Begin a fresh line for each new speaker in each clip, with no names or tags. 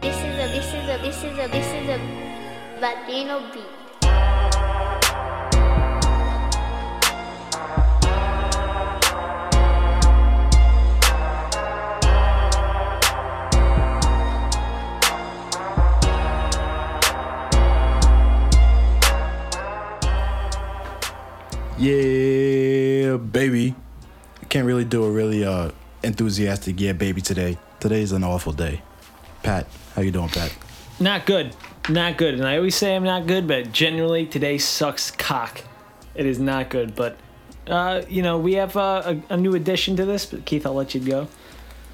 this is a this is a this is a Latino beat.
Yeah, baby. I can't really do a really uh enthusiastic yeah, baby today. Today's an awful day. Pat, how you doing, Pat?
Not good. Not good. And I always say I'm not good, but generally today sucks cock. It is not good, but uh, you know, we have uh, a, a new addition to this, but Keith, I'll let you go.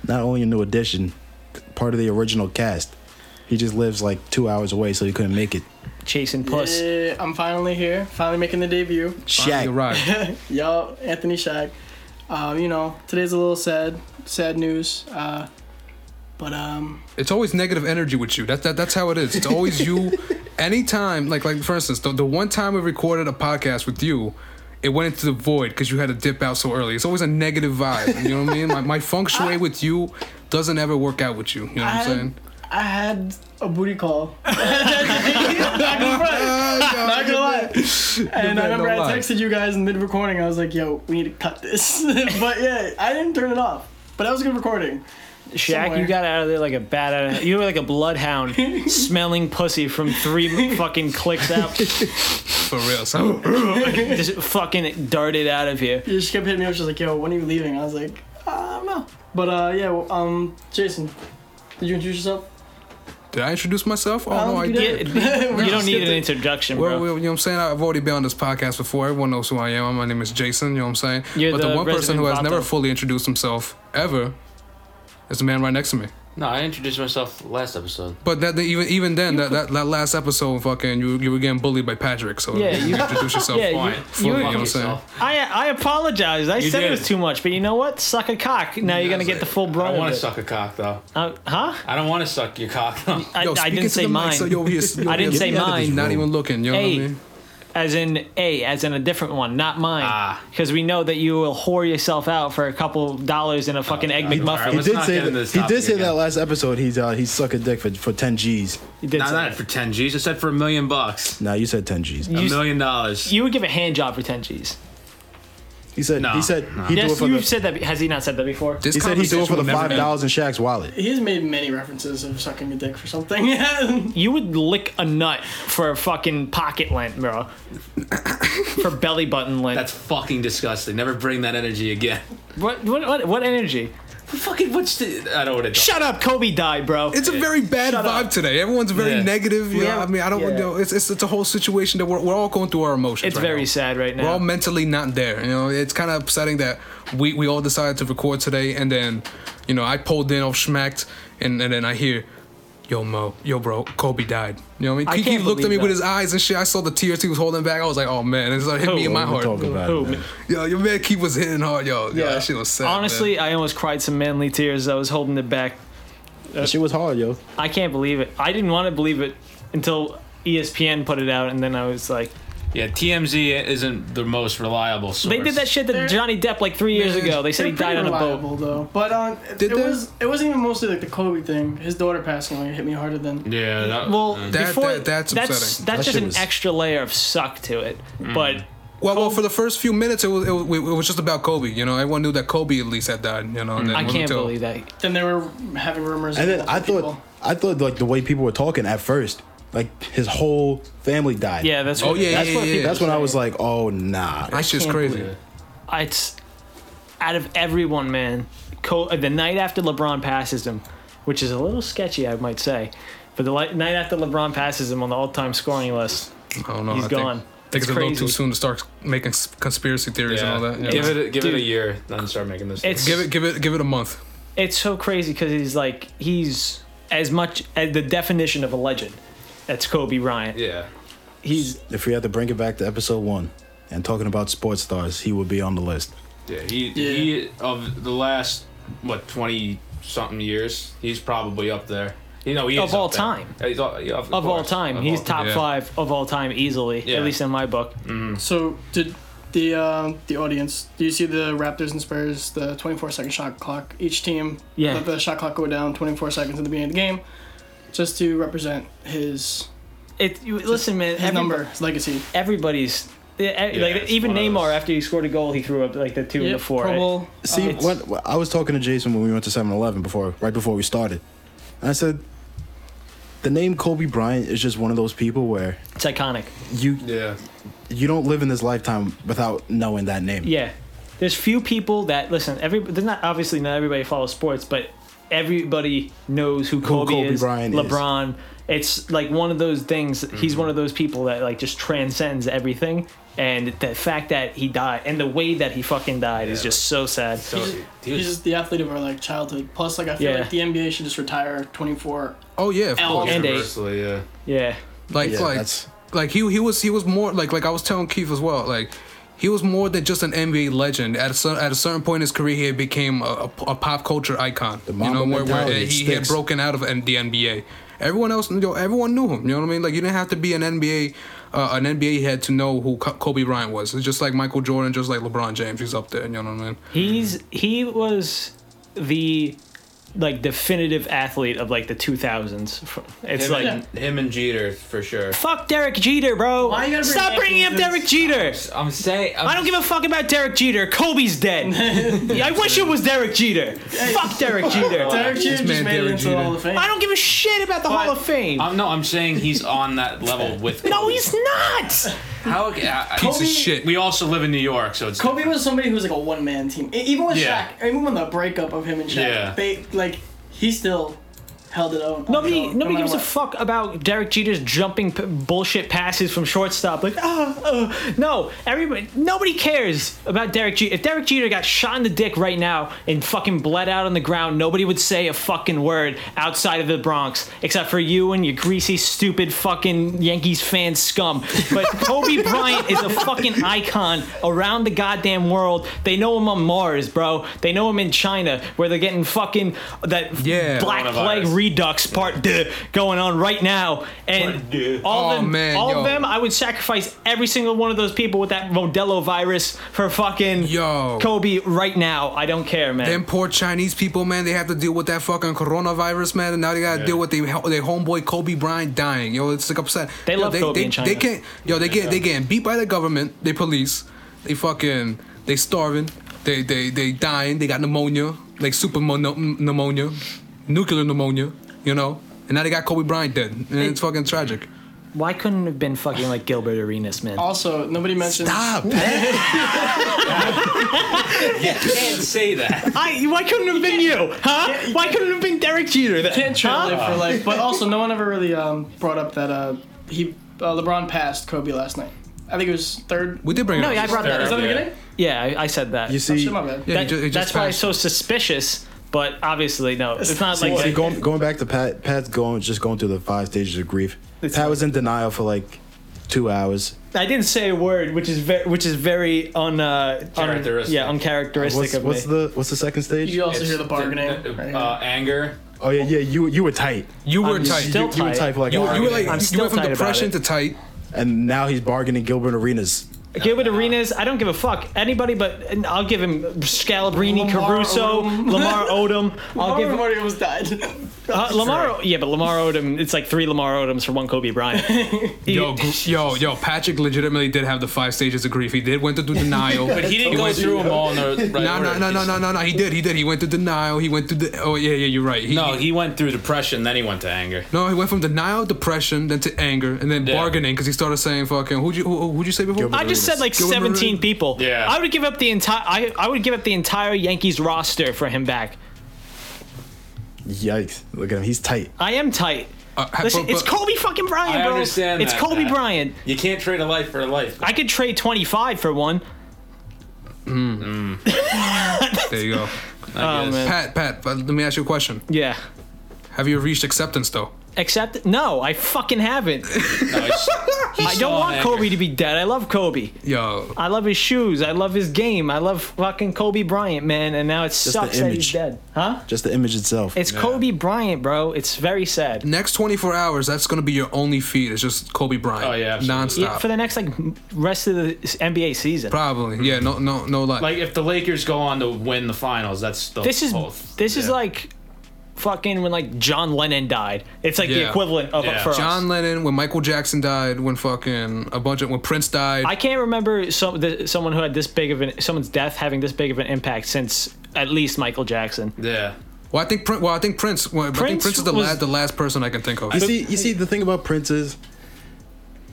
Not only a new addition, part of the original cast. He just lives like two hours away, so he couldn't make it.
Oh,
Chasing puss.
Yeah, I'm finally here. Finally making the debut.
Finally
Shaq.
arrived.
Yo, Anthony Shack. Um, you know, today's a little sad, sad news. Uh, but um,
It's always negative energy with you. That, that that's how it is. It's always you. Anytime, like like for instance, the, the one time we recorded a podcast with you, it went into the void because you had to dip out so early. It's always a negative vibe. You know what I mean? My, my feng shui with you doesn't ever work out with you. You know what
I
I'm saying?
had, I had a booty call. not gonna front. Not gonna lie. And I
man,
remember
don't
I
lie.
texted you guys in mid recording. I was like, yo, we need to cut this. but yeah, I didn't turn it off. But that was a good recording.
Shaq,
somewhere.
you got out of there like a bat out of You were like a bloodhound smelling pussy from three fucking clicks out.
For real. So
Just fucking darted out of here.
Yeah, she kept hitting me up. She's like, yo, when are you leaving? I was like, I don't know. But uh, yeah, well, um, Jason, did you introduce yourself?
did I introduce myself? Oh
I
no,
don't
I
think Um, you
did.
did.
You don't need an
skipped it.
introduction,
Well,
bro.
well, you know what I'm saying? I've already been on this podcast before. Everyone knows who I am. My name is Jason, you know what I'm saying?
You're
but the,
the
one person who has
resident
never
vato.
fully introduced himself ever is the man right next to me.
No, I introduced myself last episode.
But that that- even even then, that, that, that last episode, fucking, you, you were getting bullied by Patrick. So
Yeah,
you,
you-
introduce yourself
yeah, you-
fully,
you-
fully, you, know what I'm saying?
Yourself.
I I apologize. I said it
did.
was too much, but you know what? Suck a cock. Now you're gonna
that's
get the
it.
full
I
brunt
don't want
of
to
it.
suck a cock though.
Uh, huh?
I don't want to suck your cock though.
I,
Yo,
I
speak
didn't
into
say
the mic,
mine.
so yo, he is- yo,
I
he
didn't
is
say
out of
mine.
this
Not even looking, you know
Hey.
what I mean?
as in a as in a different one, not mine.
Ah.
Because we know that you will whore yourself out for a couple dollars in a fucking egg
God.
McMuffin.
All
He
Let's
did
not
say
get into
that,
this
he did
topic
say that
again.
last episode. He's uh he sucked a dick for, for ten G's.
You did
Not
say
not for ten G's. I said for a million bucks,
Nah, you said ten G's.
a
You-
million dollars.
You would give a hand job for ten G's.
He said
Nah,
he said
nah.
he do it
Yes,
for
you've
the,
said that. Has he not said that before?
This
he said he do it
conversation
for the
will never
five
end.
dollars in Shaq's wallet.
He's made many references of sucking a dick for something.
You would lick a nut for a fucking pocket lint, bro. for belly button lint.
That's fucking disgusting. Never bring that energy again.
what, what what what energy?
Fucking what's the? I don't want to.
Shut up, Kobe died, bro.
It's a very bad
Shut
vibe
up.
today. Everyone's very
Yeah.
negative. You
We
know,
have-
I mean, I don't.
yeah.
You know, it's, it's it's a whole situation that we're, we're all going through our emotions.
It's
right
very
now.
sad right now.
We're all mentally not there. You know, it's kind of upsetting that we, we all decided to record today, and then, you know, I pulled in off schmacked, and, and then I hear, yo Mo, yo bro, Kobe died. You know what I mean?
I
Kiki
can't
looked at me
believe
with
that.
his eyes and shit. I saw the tears he was holding back. I was like, oh man, and it started hitting me in my
We're
heart. Uh,
talking about it,
Who?
man.
Yo, your man Keith was hitting hard, yo. Yeah,
Yeah.
that shit was sad. man.
Honestly, I almost cried some manly tears. I was holding it back.
That shit was hard, yo.
I can't believe it. I didn't want to believe it until E ESPN put it out, and then I was like,
Yeah, TMZ isn't the most reliable source.
they did that shit to Johnny Depp like three years
Man,
ago. They said he died on a boat.
though. But um, it,
Did
it
they?
was it wasn't even mostly like the Kobe thing. His daughter passing away hit me harder than.
Yeah. That,
Well,
That-
before
that- that's
that's,
upsetting.
That
that's just
shit
an
was-
extra layer of suck to it. But
Well, well, for the first few minutes, it was, it was it was just about Kobe. You know, everyone knew that Kobe at least had died. You know, and
Mm.
then
I
it wasn't
can't
till-
believe that.
Then they were having rumors.
And
of
then I
multiple
thought
people.
I thought like the way people were talking at first, like his whole family died.
Yeah, that's
Oh
what-
yeah, yeah,
That's
yeah,
what
yeah.
that's when I was like, oh nah.
That shit's
can't
crazy.
believe it's out of everyone, man. Co- uh, the night after LeBron passes him, which is a little sketchy, I might say, but the li- night after LeBron passes him on the all-time scoring list,
I don't know.
He's
I
gone.
Think, I think
It's
it's, a little
crazy.
too soon to start making s- conspiracy theories
Yeah.
and all that. you know?
Give it give it a
Dude.
year, then start making this.
It's-
give it, give it, give it a month.
it's so crazy because he's like he's as much as the definition of a legend. That's Kobe Bryant.
yeah.
He's
If we had to bring it back to episode one and talking about sports stars, he would be on the list.
Yeah, he he of the last what twenty something years, he's probably up there. You know, he
Of
is
all
up there.
time.
Yeah, he's all- yeah, of
of all
course.
time.
Of
he's
all-
top
yeah.
five of all time easily,
Yeah.
at least in my book.
So did the uh, the audience? Do you see the Raptors and Spurs the 24 second shot clock? Each team
Yeah.
let the shot clock go down 24 seconds at the beginning of the game. just to represent his
It, you, listen, man.
his
everybo-
number, his legacy.
Everybody's. yeah, e-
Yeah,
like
it's
even
one of
Neymar,
those.
after he scored a goal, he threw up like the two and the four.
Pro Bowl.
See,
um,
what what- I was talking to Jason when we went to 7-Eleven before, right before we started, and I said, the name Kobe Bryant is just one of those people where
It's iconic.
you
Yeah.
you don't live in this lifetime without knowing that name.
Yeah, there's few people that listen. Every there's not obviously not everybody follows sports, but everybody knows who Kobe,
Kobe
is.
Bryant is.
LeBron. It's like one of those things. He's one of those people that like just transcends everything. And the fact that he died and the way that he fucking died is
Yeah.
just so sad.
So, he
He's
was-
just the athlete of our like childhood. Plus, like I feel
Yeah.
like the NBA should just retire 24.
Oh yeah. Of
L.
course.
And eight.
universally, yeah.
yeah,
Like
Yeah,
like
that's-
like he he was he was more like like I was telling Keith as well like. He was more than just an NBA legend. At a, cer- at a certain point in his career, he became a, a- a pop culture icon.
The
you
Mamba
know, where, where
mentality, it
he had
sticks.
broken out of N- the NBA. Everyone else, you know, everyone knew him. You know what I mean? Like you didn't have to be an NBA uh, an NBA head to know who Co- Kobe Bryant was. It's just like Michael Jordan, just like LeBron James. He's up there. You know what I mean?
he's he was the like definitive athlete of like the 2000s. It's
Him,
like.
and, him and Jeter for sure.
Fuck Derek Jeter, bro.
Why you gotta bring
Stop
back
bringing up
Jesus?
Derek Jeter.
I'm saying. I'm,
I don't give a fuck about Derek Jeter. Kobe's dead. Yeah, I wish it was Derek Jeter. fuck Derek Jeter.
Derek Jeter just
man
made it
Derek
into the
Jeter.
Hall of Fame.
I don't give a shit about the Hall
But-
of Fame.
I'm no. I'm saying he's on that level with.
no,
Kobe.
he's not.
How? I, I,
Piece
Kobe-
of shit.
We also live in New York, so it's.
Kobe was somebody who was like a one man team. E- Even with
Yeah.
Shaq, even when the breakup of him and Shaq,
Yeah.
they like he still held it on.
Nobody,
on his own, no
nobody
matter
gives a
what.
fuck about Derek Jeter's jumping p- bullshit passes from shortstop. Like, ah, uh, no, everybody, nobody cares about Derek Jeter. If Derek Jeter got shot in the dick right now and fucking bled out on the ground, nobody would say a fucking word outside of the Bronx, except for you and your greasy, stupid fucking Yankees fan scum. But Kobe Bryant is a fucking icon around the goddamn world. They know him on Mars, bro. They know him in China, where they're getting fucking that
Yeah.
black plague
Coronavirus.
redux part duh, going on right now and
Part duh.
all
Oh,
of them
man,
all
yo.
of them i would sacrifice every single one of those people with that modelo virus for fucking
Yo.
kobe right now i don't care man
Them poor Chinese people, man, they have to deal with that fucking coronavirus, man, and now they gotta deal with their their homeboy Kobe Bryant dying. Yo, it's like upset.
They
yo,
love Kobe
they,
in China.
They can't. Yo, they get they getting beat by the government, they police, they fucking they starving, they they they dying, they got pneumonia, like super mono- pneumonia, nuclear pneumonia, you know, and now they got Kobe Bryant dead, and it's fucking tragic.
why couldn't it have been fucking like gilbert arenas
Oh.
man
Also, nobody mentioned.
Stop. Pat.
can't say that.
I, why couldn't it have been you huh why couldn't it have been derek jeter that,
Can't translate for like, but also no one ever really um, brought up that uh, he uh, LeBron passed Kobe last night. I think it was third.
We did bring
no
it
Oh, yeah i
up.
brought that
Is
up
that the
Yeah.
beginning?
yeah i, I said that
You
Oh,
see,
shit, my bad.
yeah,
That-
it ju- it just
that's why it's
passed.
so suspicious but obviously no it's not like
see,
that.
going going back to Pat. Pat's going just going through the five stages of grief. Pat was in denial for like two hours.
I didn't say a word, which is very, which is very un, uh, un-
Characteristic.
yeah, uncharacteristic
What's,
of
what's
me.
the what's the second stage?
You also hear the bargaining. right here.
Uh, anger.
Oh yeah, yeah. You you were tight.
You were
I'm
tight.
still
you,
You were
Tight.
tight for like an hour
you were
and a
like
half.
I'm
you
still
went from
tight about
depression
it.
to tight.
and now he's bargaining Gilbert Arenas.
Gilbert Arenas, I don't give a fuck anybody, but and I'll give him Scalabrini,
Lamar
Caruso,
Odom.
Lamar Odom. I'll give
Everybody was died.
uh, Lamar, yeah, but Lamar Odom. It's like three Lamar Odoms for one Kobe Bryant. He-
Yo, gr- yo, yo! Patrick legitimately did have the five stages of grief. He did went through denial.
But he didn't go
went
through them all in the right
No, no,
order.
no, no, no, no, no. He did. He did. He went through denial. He went through. the oh, yeah, yeah. You're right. He,
No, he went through depression, then he went to anger.
no. He went from denial, depression, then to anger, and then
Yeah.
bargaining because he started saying fucking. Who'd you who, who'd you say before?
Gilbert
I just said like
Gilbert
17
Arenas.
people.
Yeah.
I would give up the entire. I, I would give up the entire Yankees roster for him back.
Yikes! Look at him. He's tight.
I am tight.
Uh, ha-
Listen,
but-
it's
but-
Kobe fucking Bryant,
I
bro.
understand
it's
that,
Kobe
Pat.
Bryant.
You can't trade a life for a life.
I could trade 25 for one.
There you go.
I
Oh,
guess.
man.
Pat, Pat. uh, Let me ask you a question.
Yeah.
Have you reached acceptance though?
Except no, I fucking haven't.
No, he's- he's
I
still
don't
on
want
anger.
Kobe to be dead. I love Kobe.
Yo,
I love his shoes. I love his game. I love fucking Kobe Bryant, man. And now it
the
sucks that
image.
he's dead, huh?
Just the image itself.
It's Kobe Bryant, bro. It's very sad.
next 24 hours, that's gonna be your only feed. It's just Kobe Bryant.
Oh, yeah, absolutely.
Nonstop.
Yeah, for the next like m- rest of the s- NBA season.
Probably. Yeah. No. No. No. Lie.
Like if the Lakers go on to win the finals, that's the
Oh,
this is
both.
this is
Yeah.
like fucking when like John Lennon died. It's like the
Yeah.
equivalent of
Yeah.
for us.
John Lennon, when Michael Jackson died, when fucking a bunch of when Prince died.
I can't remember some th- someone who had this big of an someone's death having this big of an impact since at least Michael Jackson.
Yeah.
well, I think Prin- well, I think Prince. Well, I think
Prince
Prince is the
was-
last the last person I can think of.
You see, you see, the thing about Prince is,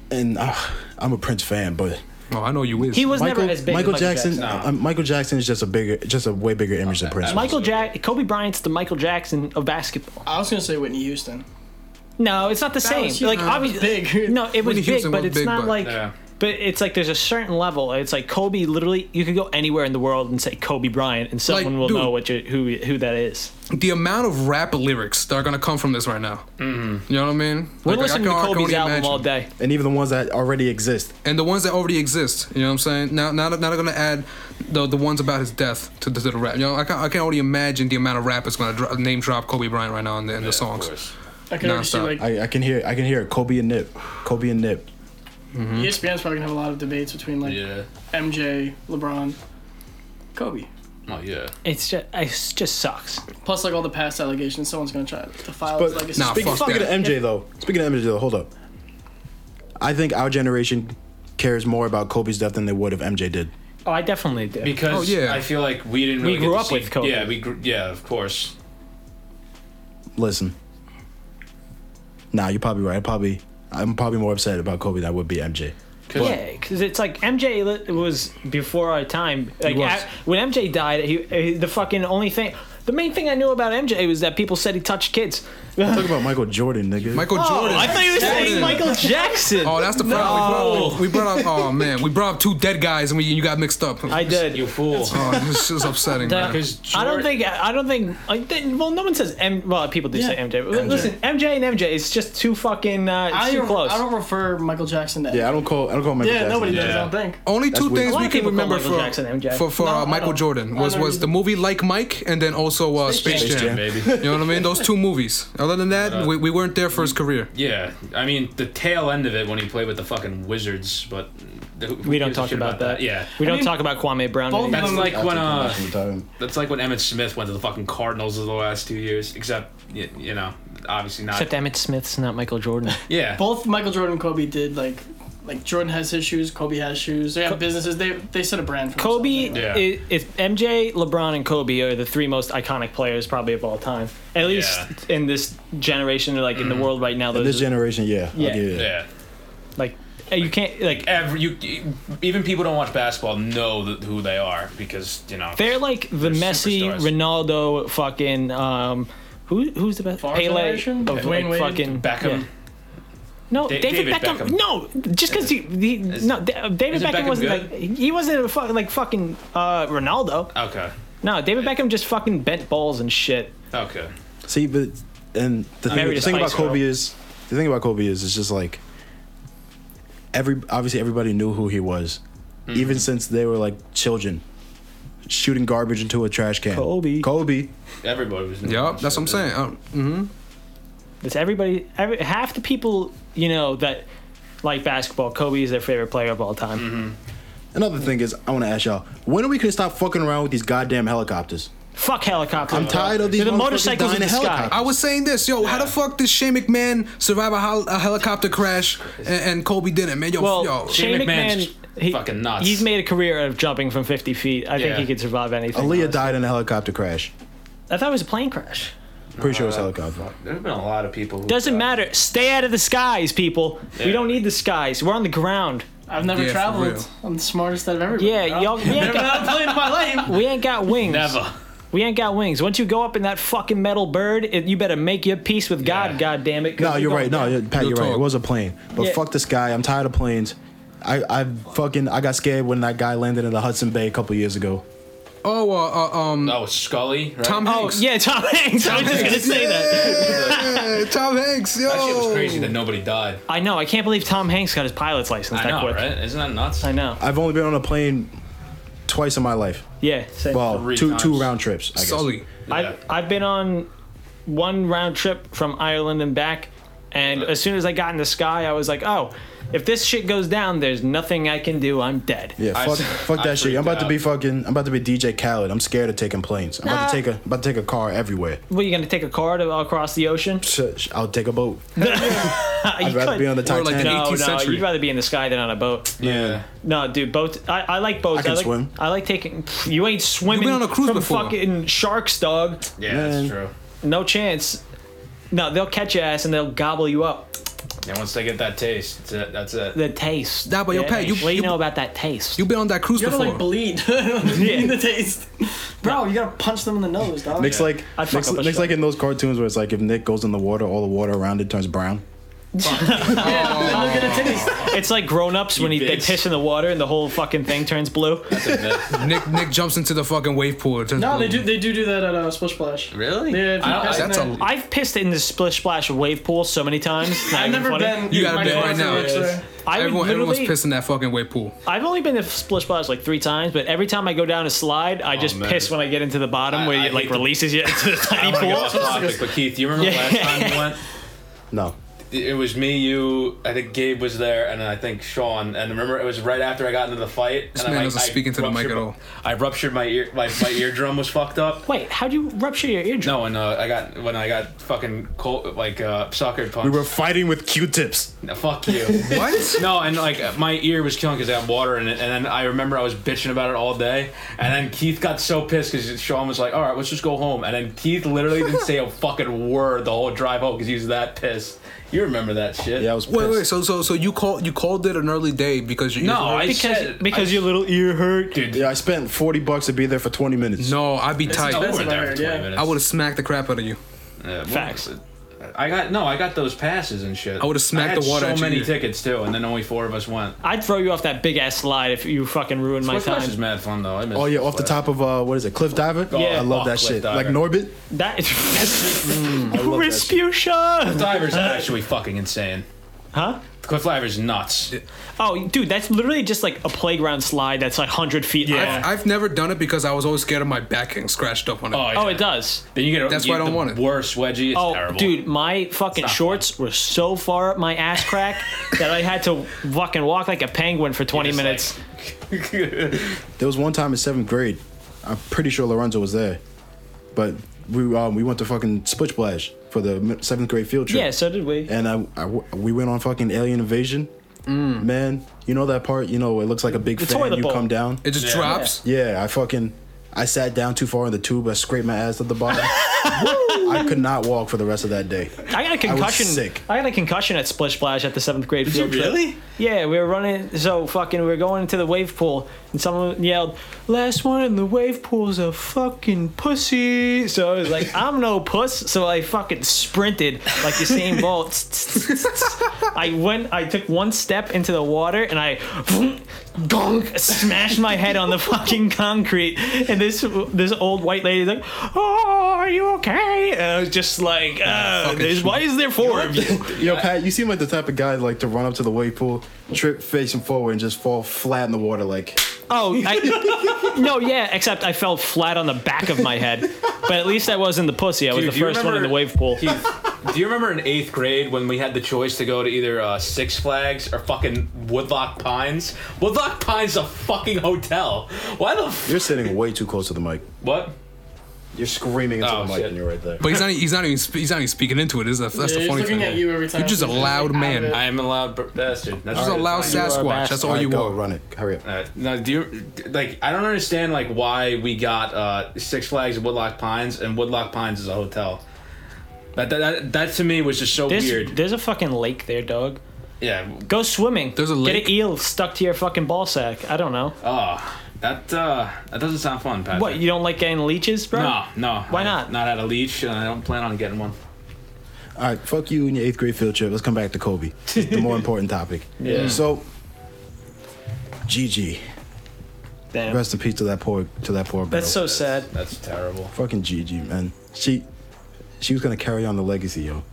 and uh, I'm a Prince fan, but
oh, I know you is.
He was
Michael,
never as big.
Michael
as
Jackson,
Jackson.
uh, Michael Jackson is just a bigger, just a way bigger image than Prince. was.
Michael Jack, Kobe Bryant's the Michael Jackson of basketball.
I was gonna say Whitney Houston.
No, it's not the same.
was-
like
uh, that was
obviously,
big.
No, it was
Whitney
big,
Houston
but
was
it's
big,
not
but-
like.
Yeah.
But it's like there's a certain level. It's like Kobe. Literally, you could go anywhere in the world and say Kobe Bryant, and someone will
dude.
know what you, who who that is.
the amount of rap lyrics that are gonna come from this right now. You know what I mean?
We're
Like, I
listening
can- I
to
can
Kobe's
only
album
imagine.
all day.
and even the ones that already exist.
and the ones that already exist. You know what I'm saying? Now, now, now they're gonna add the the ones about his death to, the- to the rap. You know, I can I can already imagine the amount of rappers gonna dro- name drop Kobe Bryant right now in the, in the songs.
I can already see
Nonstop.
like
I, I can hear, I can hear Kobe and Nip, Kobe and Nip.
ESPN's probably gonna have a lot of debates between like
Yeah.
MJ, LeBron, Kobe.
Oh yeah.
It's just it just sucks.
Plus like all the past allegations, someone's gonna try to file his
But-
legacy.
Nah,
Speaking,
fuck
speaking of
that.
MJ though, speaking of MJ though, hold up. I think our generation cares more about Kobe's death than they would if MJ did.
Oh, I definitely do.
Because
Oh, yeah.
I feel like we didn't.
We
Really get
grew
to
up
see-
with Kobe.
Yeah, we grew, yeah, of course.
Listen, nah, you're probably right. I probably, I'm probably more upset about Kobe than I would be MJ.
Yeah, because it's like MJ li- was before our time. Like
was.
a- when MJ died, he, he the fucking only thing, the main thing I knew about MJ was that people said he touched kids.
Talk about Michael Jordan, nigga.
Michael Jordan.
Oh, I thought you were saying
Jordan.
Michael Jackson.
Oh, that's the problem. We, brought up, we brought up. Oh man, we brought up two dead guys, and we, you got mixed up.
I did.
You fool.
Oh, this is upsetting.
That-
man.
Because
I don't
Jordan-
think. I don't think. I think well, no one says M. Well, people do say
Yeah.
MJ. But Listen, MJ and MJ, it's just too fucking. Uh, it's
I
too
don't,
close.
I don't refer Michael Jackson to.
yeah, I don't call, I don't call Michael
Yeah,
Jackson.
nobody
Yeah.
does. I don't think.
Only two
weird.
things
A lot
we
of
can
people call
remember
Michael
for
Jackson MJ.
for, for uh, Michael
don't.
Jordan was
don't
was
either.
the movie Like Mike, and then also uh, Space,
Jam.
Jam.
baby.
You know what I mean? Those two movies. Other than that, we, we weren't there for his career.
Yeah, I mean the tail end of it when he played with the fucking wizards, but th- who
we
gives
don't
a
talk
shit
about, that.
Yeah,
we don't
mean,
talk about Kwame Brown.
both of
anymore.
that's like when uh,
Sometimes.
that's like when Emmett Smith went to the fucking Cardinals the last two years. Except you, you know, obviously not.
Except Emmett Smith's not Michael Jordan.
yeah,
Both Michael Jordan and Kobe did like, like Jordan has his shoes, Kobe has shoes. They have businesses. They they set a brand. For
Kobe
themselves, anyway.
Yeah.
i- is MJ, LeBron, and Kobe are the three most iconic players probably of all time. At least in this generation, or like in the world right now. Those
This
are-
generation, yeah, I'll
Yeah.
give you that.
yeah.
like uh, you can't like
Every you, even people don't watch basketball know th- who they are because you know.
they're like the Messi,
superstars.
Ronaldo, fucking um, who who's the best?
Our
Pele,
generation?
of,
Dwayne
like,
Wade,
fucking
Beckham.
yeah. No,
Da-
David,
David
Beckham,
Beckham.
No, just because he, he no Da- David
Isn't
Beckham,
Beckham
wasn't
good?
like he wasn't a fuck, like fucking uh, Ronaldo.
Okay.
No, David Beckham just fucking bent balls and shit.
Okay.
See, but and the thing,
Married
the
a
thing about
Spice Girl.
Kobe is the thing about Kobe is it's just like every obviously everybody knew who he was,
Mm-hmm.
even since they were like children, shooting garbage into a trash can.
Kobe.
Kobe.
Everybody was.
Yup, that's what I'm saying. Uh,
It's everybody, every, half the people you know that like basketball. Kobe is their favorite player of all time.
Mm-hmm.
Another thing is I want to ask y'all when are we gonna stop fucking around with these goddamn helicopters?
Fuck helicopters.
I'm tired of these
They're the
motherfuckers
motorcycles
dying
in the
in
sky.
helicopters.
I was saying this, yo. How the fuck did Shane McMahon survive a, hel- a helicopter crash and, and Kobe didn't, man? Yo,
Well,
yo.
Shane
Shane McMahon's
McMahon, he,
fucking nuts.
He's made a career out of jumping from 50 feet. I think
Yeah.
he could survive anything.
Aaliyah died in a helicopter crash.
I thought it was a plane crash.
Pretty sure it was
Uh,
a helicopter.
There have been a lot of people. Who
Doesn't matter. Stay out of the skies, people. We
Yeah.
don't need the skies. We're on the ground.
I've never
Yeah, for real.
traveled. I'm the smartest out of everybody.
Yeah,
bro.
y'all. We ain't,
Never
got,
out playing in my life.
we ain't got wings.
Never.
We ain't got wings. Once you go up in that fucking metal bird, it, you better make your peace with God.
Yeah.
God damn it. 'cause
No, you're
going
right. No,
down.
yeah, Pat,
Real
you're right.
talk.
It was a plane, but
Yeah.
fuck the sky. I'm tired of planes. I, I fucking I got scared when that guy landed in the Hudson Bay a couple years ago.
Oh, uh, uh, um,
Oh, Scully. Right?
Tom
Oh,
Hanks.
yeah, Tom Hanks. I was just gonna say that.
Yeah, Tom Hanks, yo.
That shit was crazy that nobody died.
I know. I can't believe Tom Hanks got his pilot's license
I
that
know,
quick.
right? Isn't that nuts?
I know.
I've only been on a plane twice in my life.
Yeah. Same.
Well,
Three
two two
times.
round trips. I guess.
Sully.
Yeah.
I've, I've been on one round trip from Ireland and back, And as soon as I got in the sky, I was like, oh, if this shit goes down, there's nothing I can do. I'm dead.
Yeah,
I-
fuck, fuck
I
that shit. I'm
freaked
about to be
out.
fucking. I'm about to be DJ Khaled. I'm scared of taking planes. I'm about to take a. I'm about to take a car everywhere.
What, you going to take a car to, across the ocean?
Shh, I'll take a boat.
You
I'd rather
could.
be on the
Or
Titanic.
like an
no,
18th
no,
century.
you'd rather be in the sky than on a boat.
Yeah.
No, dude, boats. I, I like boats.
I can
like,
swim.
I like taking. You ain't swimming.
on a cruise
from
before.
Fucking sharks, dog.
Yeah,
Man.
that's true.
No chance. No, they'll catch your ass and they'll gobble you up.
And once they get that taste, that's it. That's it.
The taste.
Nah, but yo, Pat, you-
what do you
you-
know about that taste?
You've been on that cruise
You gotta
before.
like bleed in the taste, bro. You gotta punch them in the nose, dog.
Nick's like
I'd fuck
Nick's,
up a
Nick's
show.
like in those cartoons where it's like if Nick goes in the water, all the water around it turns brown.
Then look at the taste.
it's like grown ups when
You
he, they
bitch.
piss in the water and the whole fucking thing turns blue.
Nick Nick jumps into the fucking wave pool. Just-
No, they do. They do do that at uh, Splish Splash.
really?
Yeah, if you
I don't,
pass
I,
That's
in
a.
I've pissed in the splish splash wave pool so many times. Not
I've
even
never
funny.
been.
You gotta
my
be
dad
right now.
works there.
I would
Everyone, everyone's
literally-
pissed in that fucking wave pool.
I've only been to splish splash like three times, but every time I go down a slide, I just
Oh, man.
piss when I get into the bottom
I-
where
I
it like
hate the-
releases you into the tiny
I don't
pool.
want to go off topic, but Keith, you remember last time you went?
No,
It was me, you. I think Gabe was there, and I think Sean. And remember, it was right after I got into the fight. This and
man
I,
doesn't
I
speak into the mic
ruptured
at
my-
all.
I ruptured my ear. My, my eardrum was fucked up.
Wait, how'd you rupture your eardrum?
No, and uh, I got when I got fucking cold, like uh, sucker punched.
we were fighting with Q-tips.
No, fuck you.
What?
No, and like my ear was killing because I had water in it, and then I remember I was bitching about it all day, and then Keith got so pissed because Sean was like, "All right, let's just go home," and then Keith literally didn't say a fucking word the whole drive home because he was that pissed. You remember that shit?
Yeah, I was pissed.
Wait, wait. So, so, so you called you called it an early day because you
No, I
because
said,
because
I-
your little ear hurt.
dude,
yeah, I spent forty bucks to be there for twenty minutes.
no, I'd be tight.
we
That's what
weren't
I
there for
heard,
20
yeah.
minutes.
I would have smacked the crap out of you.
Yeah, we-
Facts.
I got no, I got those passes and shit. I
would've smacked
I had
the water
So
at your
many
ear.
tickets too, and then only four of us went.
I'd throw you off that big ass slide if you fucking ruined my
Swiss Flash
time.
is mad fun though. I miss
Oh yeah, off the
Flash.
top of uh, what is it, Cliff Diver?
Yeah.
I love
Oh,
that
Cliff
shit.
Diver.
Like Norbit.
That
Mm,
is
I love that shit.
Respucia.
Divers are actually fucking insane.
Huh?
Cliff Diver's nuts.
Oh, dude, that's literally just like a playground slide that's like hundred feet.
I've, I've never done it because I was always scared of my back getting scratched up on it.
yeah.
Oh, it does.
Then you get a,
That's
you
why I
get
don't
the
want it.
Worst wedgie. It's
Oh,
terrible.
dude, my fucking
Stop.
shorts were so far up my ass crack that I had to fucking walk like a penguin for 20
It's
minutes.
Like,
There was one time in seventh grade. I'm pretty sure Lorenzo was there, but we um, we went to fucking Splish Splash for the mi- seventh grade field trip.
yeah, so did we.
and I, I- we went on fucking Alien Invasion. Man, you know that part? You know it looks like a big fan.
Mm. toilet
You
bowl.
come down.
It just
Yeah.
drops.
Yeah, I fucking I sat down too far in the tube. I scraped my ass at the bottom. I could not walk for the rest of that day.
I got a concussion. I,
sick.
got a concussion at Splish Splash at the seventh grade field trip.
really?
Yeah, we were running. So fucking, we were going into the wave pool, and someone yelled, "Last one in the wave pool's a fucking pussy." So I was like, "I'm no puss." So I fucking sprinted like the same Bolt. I went. I took one step into the water, and I. Gong, smashed my head on the fucking concrete, and this this old white lady's like, "Oh, are you okay?" And I was just like, uh, there's, "Why is there four of you?"
Yo, Pat, you seem like the type of guy like to run up to the wave pool, trip facing forward, and just fall flat in the water. Like
Oh, I, no, yeah, except I fell flat on the back of my head. But at least I wasn't the pussy. I was
Dude,
the
you
first one in
remember-
the wave pool.
Keith, do you remember in eighth grade when we had the choice to go to either uh, Six Flags or fucking Woodlock Pines? Woodlock Pines is a fucking hotel. Why the f-
you're sitting way too close to the mic.
what?
You're screaming into
Oh,
the mic,
shit.
and you're right there.
But he's not. He's not even. sp- He's not even speaking into it. Is that, that's
Yeah,
the
he's
funny
looking
thing.
at you every time.
You're just a loud
Out
man.
of it.
I am a loud b- bastard. That's
Just a loud
Fine.
Sasquatch. That's all
Alright,
you
go,
want.
Run it. Hurry up.
Uh, now, do you like? I don't understand like why we got uh, Six Flags and Woodlock Pines, and Woodlock Pines is a hotel. That that, that, that to me was just so
There's,
weird.
there's a fucking lake there, dog.
yeah.
Go swimming.
There's a
Get
lake?
an eel stuck to your fucking ball sack. I don't know.
Oh, that uh, that doesn't sound fun, Patrick.
what, you don't like getting leeches, bro?
No, no.
Why
I-
not?
Not at a leech, and I don't plan on getting one.
All right, fuck you and your eighth grade field trip. Let's come back to Kobe, the more important topic. Yeah. So, GG.
Damn.
Rest in peace to that poor to that poor.
That's
girl.
so sad.
That's terrible.
fucking GG, man. She she was gonna carry on the legacy, yo.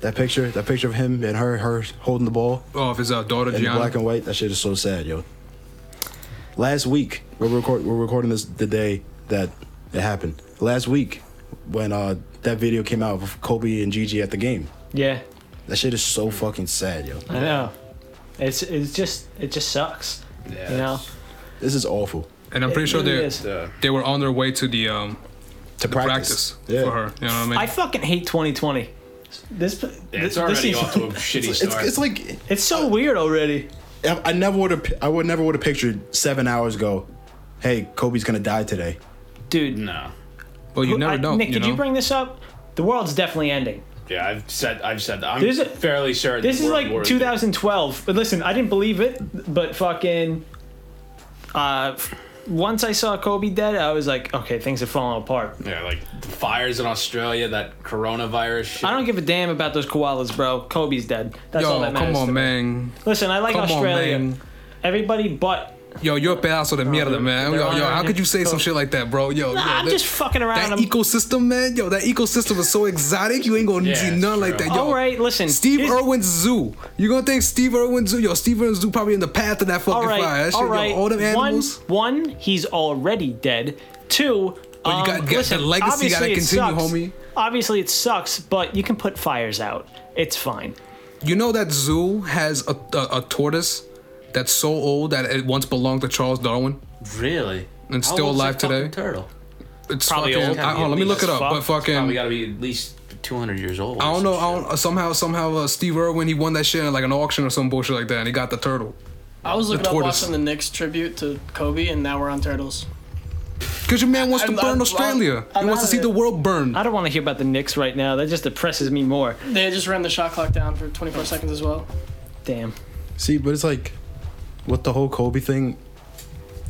That picture, that picture of him and her, her holding the ball
Oh, if it's our daughter
in the
Gianna.
black and white. That shit is so sad, yo. Last week, we're record we're recording this the day that it happened. Last week, when uh that video came out of Kobe and Gigi at the game,
Yeah.
That shit is so fucking sad, yo.
I know. It's it's just it just sucks.
Yeah, uh,
You know.
This is awful.
And I'm
It
pretty sure
really
they
is.
Yeah.
they were on their way to the um
To
the
practice.
practice,
Yeah.
for her. You know what I mean?
I fucking hate 2020. This this,
It's
this
already
is,
off to a shitty
It's,
start.
it's like
it's so weird already.
I I never would have I would never would have pictured seven hours ago, hey, Kobe's gonna die today.
Dude,
no.
well, you
Who-
never
I-
know.
Nick,
you
did
know?
you bring this up? The world's definitely ending.
Yeah, I've said I've said that. I'm
There's a-
fairly certain.
This is
World
like
War Z.
2012. But listen, I didn't believe it, but fucking uh f- once I saw Kobe dead, I was like, okay, things are falling apart.
Yeah, like the fires in Australia, that coronavirus. Shit.
I don't give a damn about those koalas, bro. Kobe's dead. That's all
Yo,
that matters.
come
to
on,
me.
man.
Listen, I like
Come on,
Australia.
man.
Everybody but
Yo, you're a pedazo de mierda, man.
they're
Yo,
on
yo,
our
how could you say some
coast.
shit like that, bro? Yo, yo,
I'm
that-
just fucking around.
That
I'm-
ecosystem, man. Yo, that ecosystem is so exotic. You ain't gonna
Yeah,
see
it's
none like
true.
that. Yo,
All right, listen.
Steve
here's-
Irwin's zoo. You gonna think Steve Irwin's zoo? Yo, Steve Irwin's zoo probably in the path of that fucking
All right,
fire. That shit,
all right.
yo, all them animals.
One, one, he's already dead. Two,
But you got-
um,
got- the
listen,
legacy
obviously
gotta
it
continue,
sucks.
homie.
Obviously, it sucks, but you can put fires out. It's fine.
You know that zoo has a, a, a tortoise that's so old that it once belonged to Charles Darwin.
Really?
And
How
still
old's
alive
that
today?
fucking Turtle.
It's
Probably
fucking,
old.
I, hold on, let me look it up.
Fuck.
But fucking,
Probably got to be at least 200 years old.
I don't know. I don't, uh, somehow, somehow, uh, Steve Irwin he won that shit at like an auction or some bullshit like that, and he got the turtle.
I was looking up
tortoise.
watching the Knicks tribute to Kobe, and now we're on turtles.
Cause your man wants to
I'm-
burn
I'm-
Australia.
I'm
he wants
out
to
of
see
it.
the world burn.
I don't want to hear about the Knicks right now. That just depresses me more.
They just ran the shot clock down for 24 seconds as well.
Damn.
See, but it's like with the whole Kobe thing,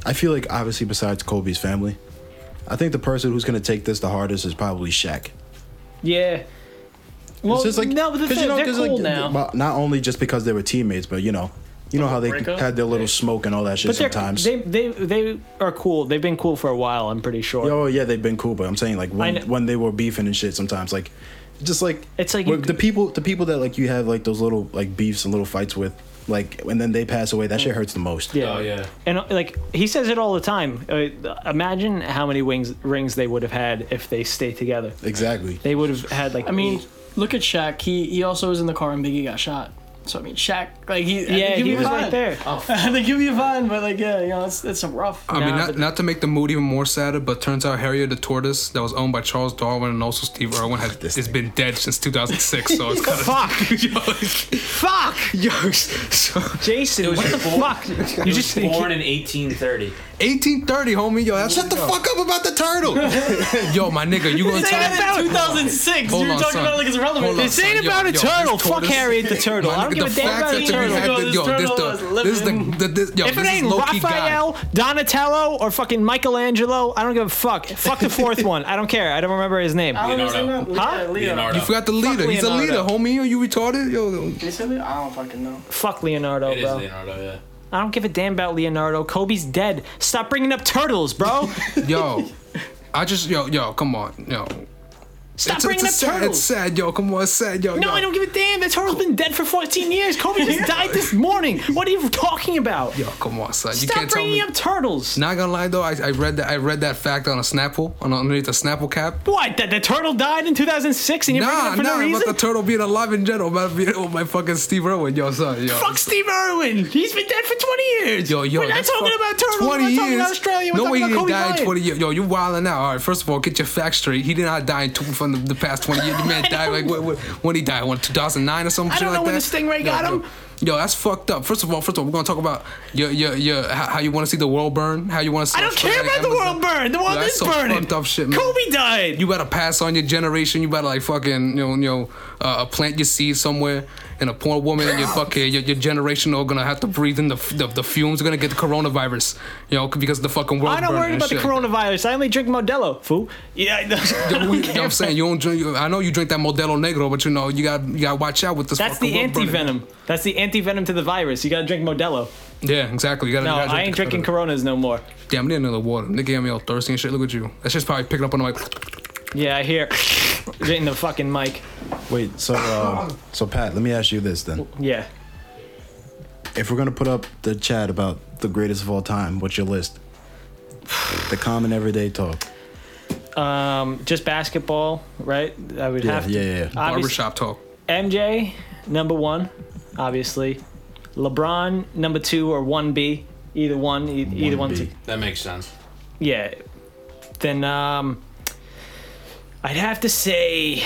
I feel like obviously besides Kobe's family, I think the person who's gonna take this the hardest is probably Shaq.
Yeah. Well,
It's just like
no, but the
'cause
thing, they're
there's,
cool
like,
now.
well, Not only just because they were teammates, but you know, you know how they
breakup?
had their little smoke and all that shit
but they're,
sometimes.
they they they are cool. They've been cool for a while. I'm pretty sure.
Oh yeah, they've been cool, but I'm saying like
I
when
kn-
when they were beefing and shit sometimes, like just like
It's like
when
you-
the people the people that like you have like those little like beefs and little fights with, like and then they pass away, that shit hurts the most.
Yeah.
Oh, yeah.
And uh, like he says it all the time. Uh, imagine how many wings rings they would have had if they stayed together.
Exactly.
They would have had like.
I mean, look at Shaq. He he also was in the car and Biggie got shot. So I mean, Shaq, like he, I
yeah,
think he'd
he
be
was Oh.
fine.
right there.
I think he'd be fine, but like yeah, you know, it's it's rough.
I mean,
Nah,
not,
but-
not to make the mood even more sadder, but turns out Harriet the tortoise that was owned by Charles Darwin and also Steve Irwin had,
This
has been dead since 2006. So it's kind of
Fuck! Fuck!
yo, so,
Jason, what the fuck? You
He was
just
born in 1830.
1830, homie. Yo, that's, shut the fuck up about the turtle. yo, my nigga, you gonna
Say
tell
that
me?
about-
2006.
Hold
You're
on,
talking
son.
about it like it's relevant.
Hold on,
This ain't
son.
about a
this
turtle. Fuck
tortoise-
Harriet the turtle.
My
I don't
nigga,
give a
the
damn about
fact that
the
you
turtle.
had the-
This
Yo, this
turtle
the-
was
this is
living.
the- the- this- yo,
If it
this is
ain't
low-key God.
Raphael, Donatello, or fucking Michelangelo, I don't give a fuck. Fuck the fourth one. I don't care. I don't remember his name.
Uh,
I don't
Leonardo.
understand that.
Huh?
Huh? Leo.
Leonardo.
You forgot the leader. He's a
Leonardo.
leader, homie. Are you retarded? Yo,
Did he say Leo? I don't fucking know.
Fuck Leonardo,
It is
bro.
Leonardo, yeah.
I don't give a damn about Leonardo. Kobe's dead. Stop bringing up turtles, bro.
yo. I just yo yo come on yo.
Stop
It's,
bringing
it's,
up
sad,
turtles.
it's sad yo come on it's sad yo.
No,
yo.
I don't give a damn. That turtle's been dead for 14 years. Kobe just died this morning. What are you talking about?
Yo come on son. you
Stop
can't tell me.
bringing up turtles.
Not gonna lie though, I, I read that I read that fact on a Snapple on underneath a Snapple cap.
What? That the turtle died in 2006 and you're bringing it
Nah,
up for
nah,
no reason?
about the turtle being alive in general, about being with my fucking Steve Irwin, yo son, yo.
Fuck Steve Irwin. He's been dead for 20 years.
Yo, yo,
We're not
that's
talking
fuck-
about turtles. We're not talking about Australia. We're
no way
talking
he
about
didn't
Kobe
die in
Bryant.
20 years. Yo, you wilding out. All right, first of all, get your facts straight. He did not die in two, from the, the past 20 years. The man died like when, when, when he died, when 2009 or something.
I don't know
like
when
that.
the Stingray
Yo,
got
yo.
him.
Yo, that's fucked up. First of all, first of all, we're gonna talk about your your your how, how you want to see the world burn, how you want to see.
I don't care
Australia
about the
Amazon.
world burn. The world
Yo, that's
is
some
burning.
fucked up shit, man.
Kobe died.
You better pass on your generation. You better like fucking you know, you know uh, plant your seed somewhere. And a poor woman in your fucking your, your generation are gonna have to breathe in the f- the, the fumes. Gonna get the coronavirus, you know, because the fucking world.
I'm not
burning
worried
and
about the
shit.
coronavirus. I only drink Modelo, fool. Yeah, I
You know
know.
what I'm saying you don't drink. you- I know you drink that Modelo Negro, but you know you got you got to watch out with this.
That's
fucking
the
world burning.
anti venom. That's the anti venom to the virus. You gotta drink Modelo.
Yeah, exactly. You gotta,
No,
you gotta
I ain't
the
drinking
Corona.
Coronas no more.
Damn, I need another water. Nigga got me all thirsty and shit. Look at you. That's just probably picking up on the mic.
Yeah, I hear in the fucking mic.
Wait, so uh, so Pat, let me ask you this then:
Yeah.
If we're gonna put up the chat about the greatest of all time, what's your list? The common everyday talk.
Um, just basketball, right? I would
Yeah,
have to.
yeah, yeah.
obvious-
Barbershop talk.
MJ, number one, obviously. LeBron number two or one B, either one, e- either one.
1B.
to-
That makes sense.
yeah. Then um, I'd have to say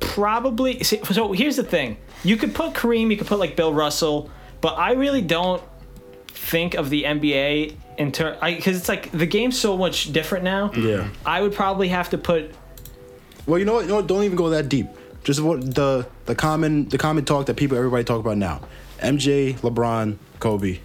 probably. see, So here's the thing: you could put Kareem, you could put like Bill Russell, but I really don't think of the NBA in terms because it's like the game's so much different now.
Yeah.
I would probably have to put
Well, you know what? You know what? Don't even go that deep. Just what the the common the common talk that people everybody talk about now. MJ, LeBron, Kobe.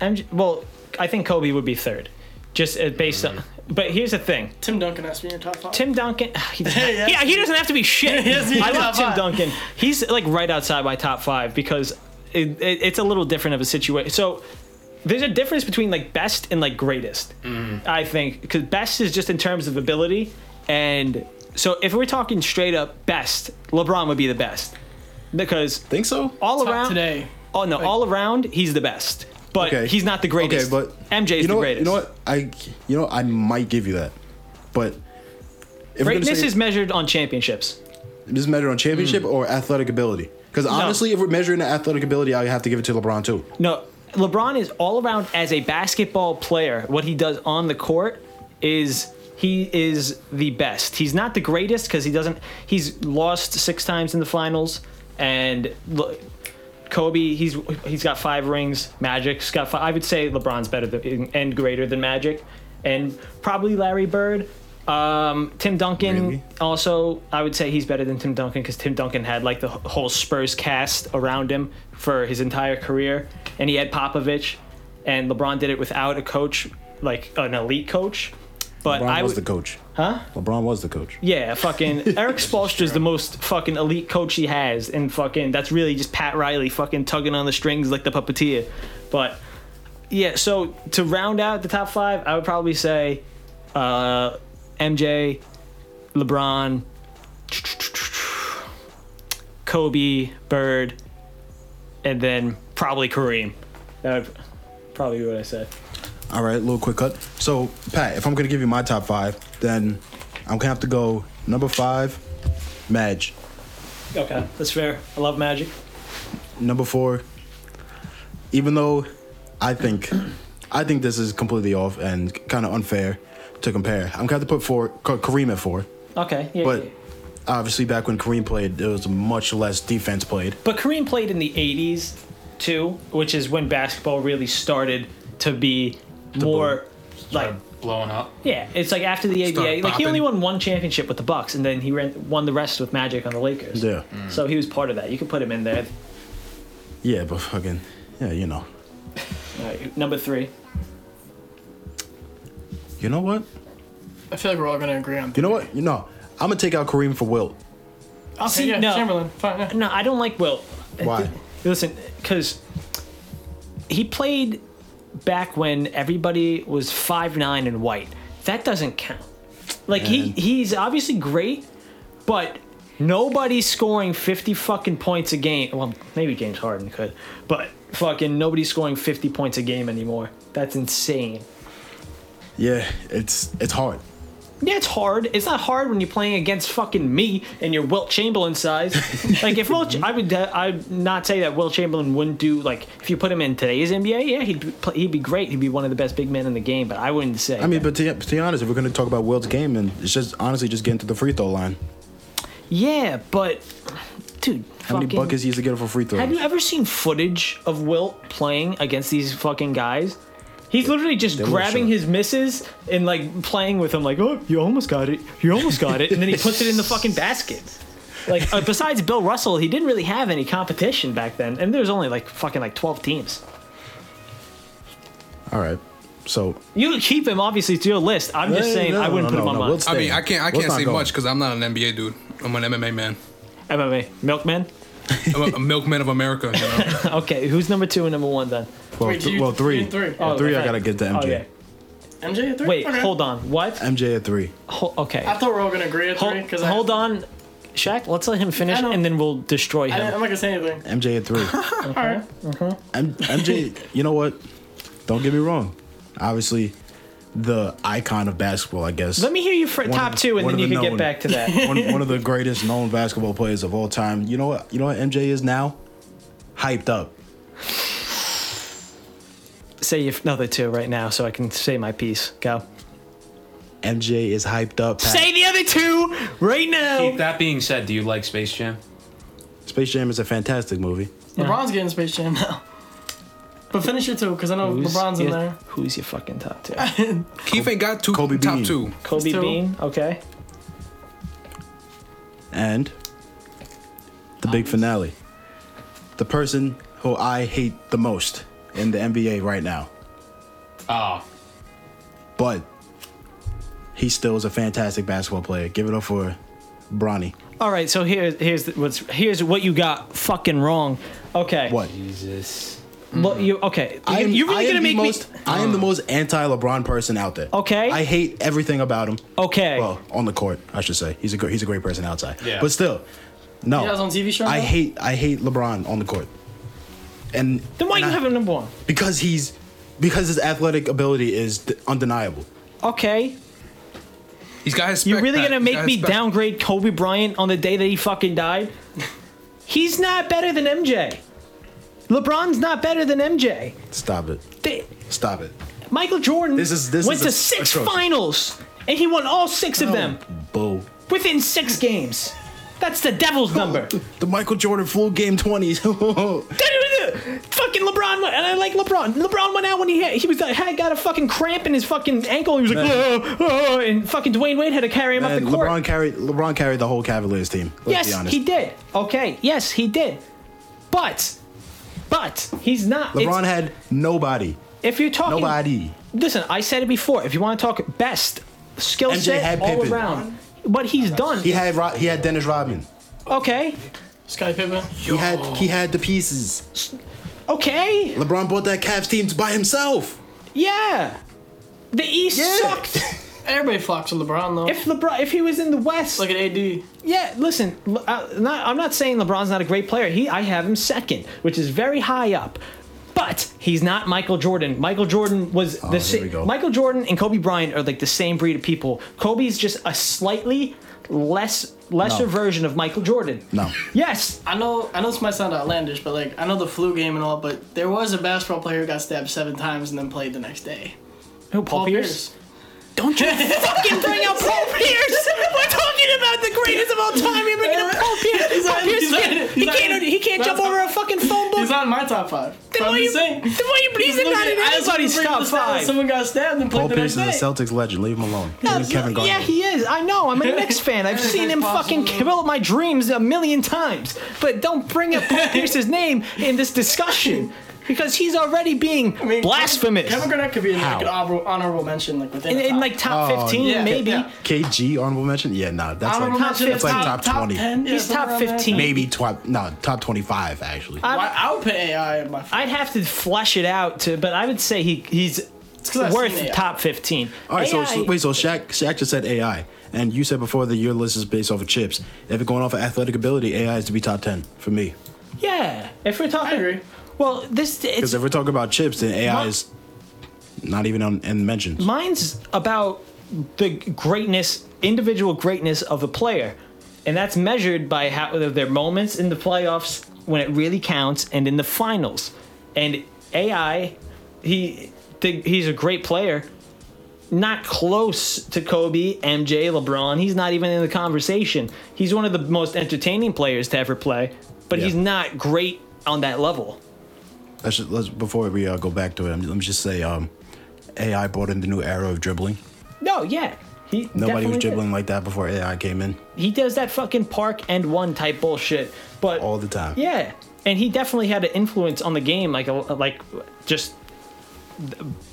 MJ, well, I think Kobe would be third, just uh, based on. But here's the thing:
Tim Duncan has to be in your top five.
Tim Duncan, he doesn't,
Yeah.
yeah, he doesn't have to be shit.
doesn't need
I
to be
love
top
Tim
five.
Duncan. He's like right outside my top five because it, it, it's a little different of a situation. So there's a difference between like best and like greatest.
Mm-hmm.
I think because best is just in terms of ability, and so if we're talking straight up best, LeBron would be the best because
Think so?
all
Top
around
today.
Oh no, all around he's the best, but he's not the greatest.
Okay, but
MJ is
you know
the
what,
greatest.
You know what? I you know I might give you that, but if we're gonna
Greatness
say-
is measured on championships.
Is measured on championship
Mm.
or athletic ability? Because honestly, if we're measuring the athletic ability, I have to give it to LeBron too.
No, LeBron is all around as a basketball player. What he does on the court is he is the best. He's not the greatest because he doesn't. He's lost six times in the finals, and look, Kobe he's he's got five rings. Magic's got five. I would say LeBron's better than and greater than Magic, and probably Larry Bird. Um, Tim Duncan
Really?
also I would say he's better than Tim Duncan because Tim Duncan had like the wh- whole Spurs cast around him for his entire career, and he had Popovich, and LeBron did it without a coach like an elite coach. But
LeBron
I
was
would,
the coach. Huh? LeBron was the coach.
yeah, fucking Eric Spoelstra is the most fucking elite coach he has, and fucking that's really just Pat Riley fucking tugging on the strings like the puppeteer. But yeah, so to round out the top five, I would probably say uh, MJ, LeBron, Kobe, Bird, and then probably Kareem. That would probably be what I said.
All right, little quick cut. So, Pat, if I'm gonna give you my top five, then I'm gonna have to go number five, Madge.
Okay, that's fair. I love Magic.
Number four, even though I think I think this is completely off and kind of unfair to compare, I'm gonna have to put four Ka- Kareem at four.
Okay, yeah.
But
yeah.
obviously, back when Kareem played, there was much less defense played.
But Kareem played in the 80s too, which is when basketball really started to be more like
Blowing up.
yeah, it's like after the
Start
ABA. Like he only
bopping.
won one championship with the Bucks and then he ran, won the rest with Magic on the Lakers.
Yeah,
So he was part of that. You could put him in there.
yeah, but fucking yeah, you know,
All right, number 3.
you know what,
I feel like we're all gonna agree on.
you know what, you know, I'm gonna take out Kareem for Wilt.
I'll
See,
yeah,
no.
Chamberlain. Fine. Yeah.
No, I don't like Wilt.
Why?
Listen, cuz he played back when everybody was five nine and white. That doesn't count. Like he
Man.
he's obviously great, but nobody's scoring fifty fucking points a game. Well, maybe James Harden could, but fucking nobody's scoring fifty points a game anymore. That's insane.
Yeah, it's it's hard.
Yeah, it's hard. It's not hard when you're playing against fucking me and you're Wilt Chamberlain size. like if Wilt, I would, I would not say that Wilt Chamberlain wouldn't do like if you put him in today's NBA, yeah, he'd be, pl- he'd be great. He'd be one of the best big men in the game. But I wouldn't say.
I mean, but to, to be honest, if we're gonna talk about Wilt's game, and it's just honestly just getting to the free throw line.
yeah, but dude,
How many
fucking-
buckets he used to get for free throws?
Have you ever seen footage of Wilt playing against these fucking guys? He's literally just
They will
grabbing
show.
his misses and like playing with them, like, oh, you almost got it, you almost got it, and then he puts it in the fucking basket. Like, uh, besides Bill Russell, he didn't really have any competition back then, and there's only like fucking like 12 teams.
All right, so
You could keep him obviously to your list. I'm just
Hey,
saying
no,
I wouldn't
no, no,
put him on
no,
my
Wilt's-
I mean, I can't. I
Let's
can't
not
say
go.
much because I'm not an NBA dude. I'm an MMA man.
MMA milkman.
I'm a, a milkman of America. You know?
Okay, who's number two and number one then?
well,
Wait,
th-
you-
well
you
three,
did three.
Well,
Oh,
three. I
okay.
gotta get to MJ.
Oh, yeah.
MJ at three.
Wait,
Okay.
hold on. What?
MJ at three.
Ho- okay.
I thought we were all gonna agree at three
Hold,
because
hold
I,
on, Shaq. Let's let him finish,
I don't-
and then we'll destroy
I,
him.
didn't- I'm not gonna say anything.
MJ at three.
All right.
M- MJ, you know what? Don't get me wrong. Obviously, the icon of basketball, I guess.
Let me hear your fr-
of
top
the-
two, and
one
then
of
you
the
can get
known.
back to that.
one, one of the greatest known basketball players of all time. You know what? You know what MJ is now? Hyped up.
say your another two right now, so I can say my piece. Go.
MJ is hyped up. Pat.
Say the other two right now.
Keith, that being said, do you like Space Jam?
Space Jam is a fantastic movie.
LeBron's getting Space Jam now. But finish it too, because I know LeBron's in
your,
there.
Who's your fucking top two?
Keith ain't got two
Kobe
top
Bean.
two.
Kobe
two.
Bean. Okay.
and the big finale. The person who I hate the most in the NBA right now,
Oh,
but he still is a fantastic basketball player. Give it up for Bronny.
All right. So here, here's the- what's here's what you got fucking wrong. Okay.
What?
Jesus.
Look, you okay?
I am-
you, are
I
really
am
gonna
the
make
most,
me? Oh.
I am the most anti-LeBron person out there.
Okay. Oh.
I hate everything about him.
Okay.
Well, on the court, I should say. He's a great, he's a great person outside.
Yeah.
But still, no.
He has on TV show
I
now?
hate I hate LeBron on the court. And
then why
and
you
I-
have him number one?
because he's because his athletic ability is d- undeniable.
Okay.
He's got his.
You're
spec
really
back.
gonna
He's
make
got
me
his spec.
downgrade Kobe Bryant on the day that he fucking died? He's not better than MJ. LeBron's not better than MJ.
Stop it.
They-
Stop it.
Michael Jordan
This is- this
went
is
to
a-
six
atrocious.
finals and he won all six of them
Boo.
within six games. That's the devil's number.
The Michael Jordan full game 20s.
fucking LeBron, went- and I like LeBron. LeBron went out when he had, he was had got a fucking cramp in his fucking ankle. He was like, oh, oh, and fucking Dwayne Wade had to carry him
Man,
up the court.
LeBron carried LeBron carried the whole Cavaliers team. Let's be
yes,
honest.
he did. Okay, yes, he did. But, but he's not. it's-
LeBron had nobody.
if you're talking,
Nobody.
Listen, I said it before. If you want to talk best skill
MJ
set
had
all
Pippen.
around, what he's done.
He had Ro- he had Dennis Rodman.
okay,
Sky Pippen.
He had he had the pieces.
okay,
LeBron bought that Cavs team by himself.
yeah. The East
Yeah.
sucked.
Everybody flocks to LeBron though.
If LeBron, if he was in the West,
Look at AD.
yeah. Listen, Le- uh, not, I'm not saying LeBron's not a great player. He, I have him second, which is very high up. But he's not Michael Jordan. Michael Jordan was the
Oh, here we go.
same. Michael Jordan and Kobe Bryant are like the same breed of people. Kobe's just a slightly less lesser
No.
version of Michael Jordan.
No.
Yes,
I know, I know this might sound outlandish, but like I know the flu game and all, but there was a basketball player who got stabbed seven times and then played the next day.
who Paul, Pierce? Don't you fucking bring up Paul Pierce! We're talking about the greatest of all time. You're bringing up Paul Pierce.
He's
Paul
on-
Pierce
he's on-
can't, he
he's on-
can't, he can't jump over a fucking phone book.
He's not in my top five.
Then
But
why
I'm
you?
just
Then
saying.
why you? He's
Look
not
at-
in
I just wanted
anybody's
to bring up
top
the stat that
five.
Someone got stabbed and played
Paul
the
Pierce is a
next day.
Celtics legend. Leave him alone. Him and Kevin Garnett.
Yeah, he is. I know. I'm a Knicks fan. I've seen him fucking
Possible.
kill my dreams a million times. But don't bring up Paul Pierce's name in this discussion because he's already being
I mean,
blasphemous.
Kevin Garnett could be in like,
How?
an honorable, honorable mention, like within
in,
the
in
top.
like top
Oh,
15,
yeah.
maybe.
Yeah.
KG honorable mention? Yeah, nah. That's
honorable
like
mention,
that's like
top,
top, 20.
10, yeah,
He's
somewhere
top
around there.
15.
Maybe top no, top 25 actually.
I-
Why, I would put AI in my.
I'd have to flesh it out to, but I would say he he's
'cause I've
worth
seen uh, it.
top 15.
All right, so,
AI
so wait, so Shaq, Shaq just said AI, and you said before that your list is based off of chips. If it's going off of athletic ability, AI is to be top ten for me.
yeah. If we're talking,
I agree.
Well, this it's
Because if we're talking about chips, then AI
My-
is not even on in mentions.
Mine's about the greatness, individual greatness of a player, and that's measured by how their moments in the playoffs when it really counts, and in the finals. And AI, he th- he's a great player, not close to Kobe, MJ, LeBron. He's not even in the conversation. He's one of the most entertaining players to ever play, but
Yeah.
he's not great on that level.
Let's, just, let's before we uh, go back to it, I'm- let me just say, um, AI brought in the new era of dribbling.
No, yeah. He
Nobody
definitely
was
did.
dribbling like that before AI came in
he does that fucking park and one type bullshit. But
all the time.
yeah, and he definitely had an influence on the game, like a, like just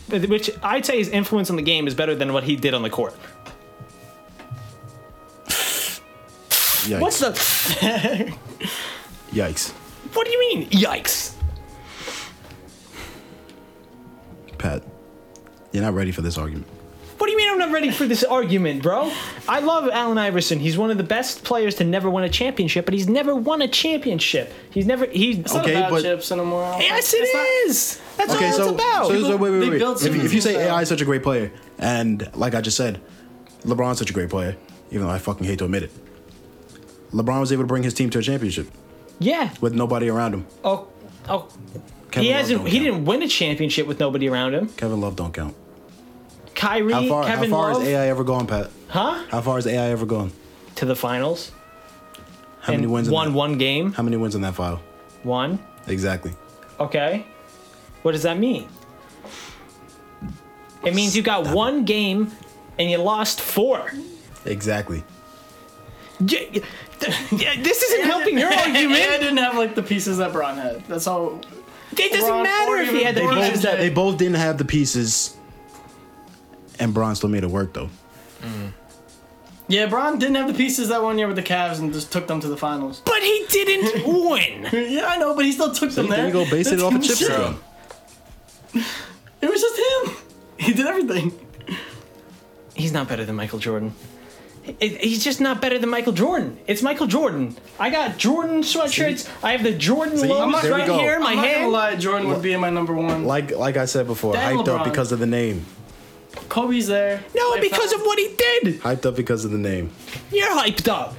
which I'd say his influence on the game is better than what he did on the court.
Yikes.
What's the?
Yikes.
What do you mean? Yikes!
Pat, you're not ready for this argument.
What do you mean I'm not ready for this argument, bro. I love Allen Iverson. He's one of the best players to never win a championship, but he's never won a championship. He's never he.
It's
Okay,
not about
but-
chips anymore.
Yes, it is. That's
Okay,
all
so,
it's about.
so, so wait,
they
wait, wait.
built
If, you- if you say
something.
AI is such a great player, and like I just said, LeBron's such a great player, even though I fucking hate to admit it, LeBron was able to bring his team to a championship
yeah.
with nobody around him.
Oh, oh.
Kevin
he
Love
hasn't.
don't
He
count.
didn't win a championship with nobody around him.
Kevin Love don't count.
Kyrie,
How far?
Kevin
how far
Love,
has AI ever gone, Pat?
huh?
How far has AI ever gone?
To the finals.
How many
and
wins?
Won
in that?
one game.
How many wins in that file?
One.
Exactly.
Okay. What does that mean? It means you got one game and you lost four.
Exactly.
Y- y- th- This isn't helping your
AI
argument.
didn't have like the pieces that Braun had. That's all.
It doesn't
LeBron
matter
or
if he
even
had the
Bron
pieces
did.
They
that.
both didn't have the pieces, and Braun still made it work though.
Yeah, Braun didn't have the pieces that one year with the Cavs and just took them to the finals.
But he didn't win.
Yeah, I know, but he still took them there.
There you go, basing it
That's
off of
him
chips
shit.
again.
It was just him. He did everything.
He's not better than Michael Jordan. It- he's just not better than Michael Jordan. It's Michael Jordan. I got Jordan sweatshirts. I have the Jordan
See?
logo
I'm
not-
right
there we
go.
here in my
I'm not gonna
hand.
lie, Jordan would be in my number one.
Like like I said before,
Damn,
hyped up
LeBron.
because of the name.
Kobe's there.
No,
Like,
because of what he did.
Hyped up because of the name.
You're hyped up.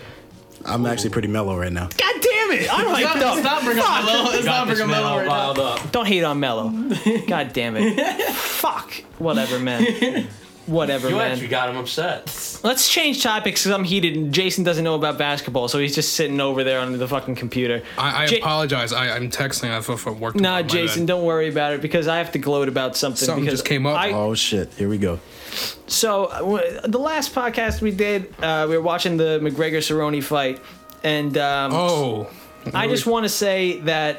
I'm actually pretty mellow right now.
God damn it! I'm hyped
Stop,
up.
stop bringing up Melo. It's
Got
not
this
bringing
man
Melo
all
right now.
riled up.
Don't hate on Mello. God damn it. Fuck. Whatever, man. Whatever,
You
man.
actually got him upset.
Let's change topics because I'm heated and Jason doesn't know about basketball, so he's just sitting over there on the fucking computer.
I, I
Ja-
apologize. I, I'm texting. I thought I worked.
Nah,
on my
Jason,
bad.
don't worry about it because I have to gloat about something.
Something
because
just came up.
I-
Oh shit, here we go.
so uh, w- the last podcast we did, uh, we were watching the McGregor Cerrone fight, and um,
Oh,
I just want to say that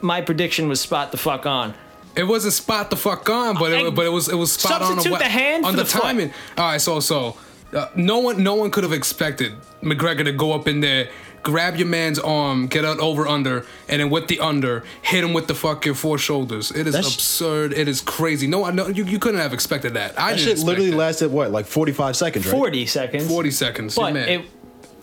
my prediction was spot the fuck on.
It wasn't spot the fuck on, but
I-
it, but it was it was spot on
Substitute
wa-
the hand
on
for
the,
the foot.
timing. All right, so so uh, no one no one could have expected McGregor to go up in there, grab your man's arm, get out over under, and then with the under, hit him with the fucking four shoulders. It is
That's-
absurd. It is crazy. No, I no you, you couldn't have expected that.
That
I didn't
shit
expect
literally
that.
lasted what, like 45 seconds, right?
40 seconds.
forty seconds.
But
man.
it,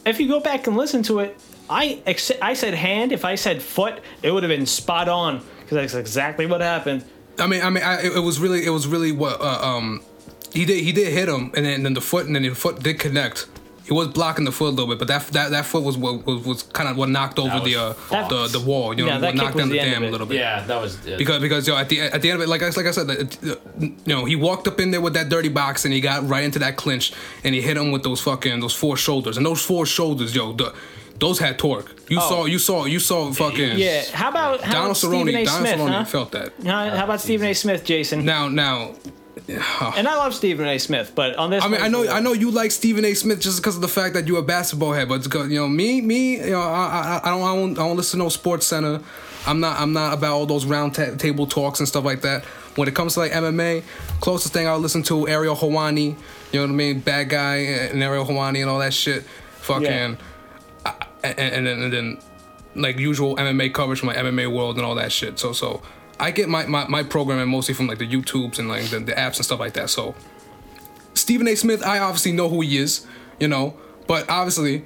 if you go back and listen to it, I ex- I said hand. If I said foot, it would have been spot on because that's exactly what happened.
I mean, I mean, I, it, it was really, it was really what uh, um, he did. He did hit him, and then, then the foot, and then the foot did connect. He was blocking the foot a little bit, but that that, that foot was what was, was kind of what knocked over the uh,
was
the
fucked.
the wall. You know,
Yeah, that
what
kick
knocked
was
down the,
the end of
dam a
it.
little bit.
Yeah, that was it.
Because, because yo, at the at the end of it, like I like I said, it- it- you know, he walked up in there with that dirty box and he got right into that clinch and he hit him with those fucking those four shoulders and those four shoulders, yo, the, those had torque. You
Oh.
saw, you saw, you saw, fucking
Yeah. How about how
Donald
about Stephen
Cerrone,
A.
Donald
Smith?
Cerrone
huh?
felt that.
How, how about Stephen A. Smith, Jason?
Now, now, oh,
And I love Stephen A. Smith, but on this,
I mean,
one-
I know, I know you like Stephen A. Smith just because of the fact that you're a basketball head, but it's go- you know, me, me, you know, I, I, I don't, I don't, I don't listen to no Sports Center. I'm not, I'm not about all those round ta- table talks and stuff like that. When it comes to like MMA, closest thing I'll listen to Ariel Hawani. You know what I mean? Bad guy and Ariel Hawani and all that shit. Fucking, I, and, and then, and then, like usual MMA coverage from like MMA world and all that shit. So, so. I get my, my, my programming mostly from like the YouTubes and like the, the apps and stuff like that. So Stephen A. Smith, I obviously know who he is, you know, but obviously,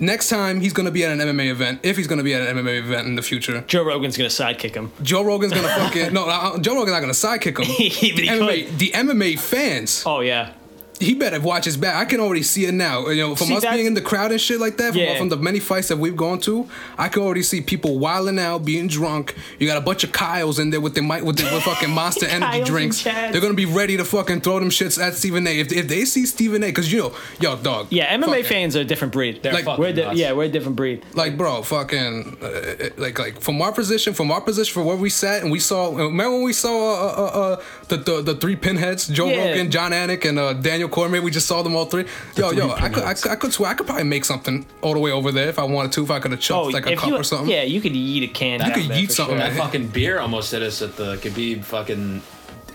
next time he's gonna be at an MMA event, if he's gonna be at an MMA event in the future,
Joe Rogan's gonna sidekick him.
Joe Rogan's gonna fucking no, I- I- Joe Rogan's not gonna sidekick him.
But he
MMA, the MMA fans,
Oh yeah.
he better watch his back. I can already see it now. You know, from
See,
us
that's-
being in the crowd and shit like that, from,
Yeah.
from the many fights that we've gone to, I can already see people wilding out, being drunk. You got a bunch of Kyles in there with their mic with their with fucking monster energy
Kyles and
drinks.
Chads.
They're gonna be ready to fucking throw them shits at Stephen A. If, if they see Stephen A. Because you know, yo, dog.
Yeah, MMA
fucking-
fans are a different breed.
They're
Like-
fucking
we're di-
nuts.
yeah, we're a different breed.
Like, bro, fucking, uh, uh, like, like from our position, from our position, from where we sat, and we saw. Remember when we saw uh, uh, uh, the, the the three pinheads, Joe
Yeah.
Rogan, John Anik, and uh, Daniel Cormier? We just saw them all three. Yo, yo, I could, I could, I could swear, I could probably make something all the way over there if I wanted to, if I could have chucked
Oh,
like a
if
cup
you,
or something.
yeah, you could eat a can.
You
down
could
there
eat
for
something,
sure.
man.
That fucking beer almost hit us at the Khabib fucking.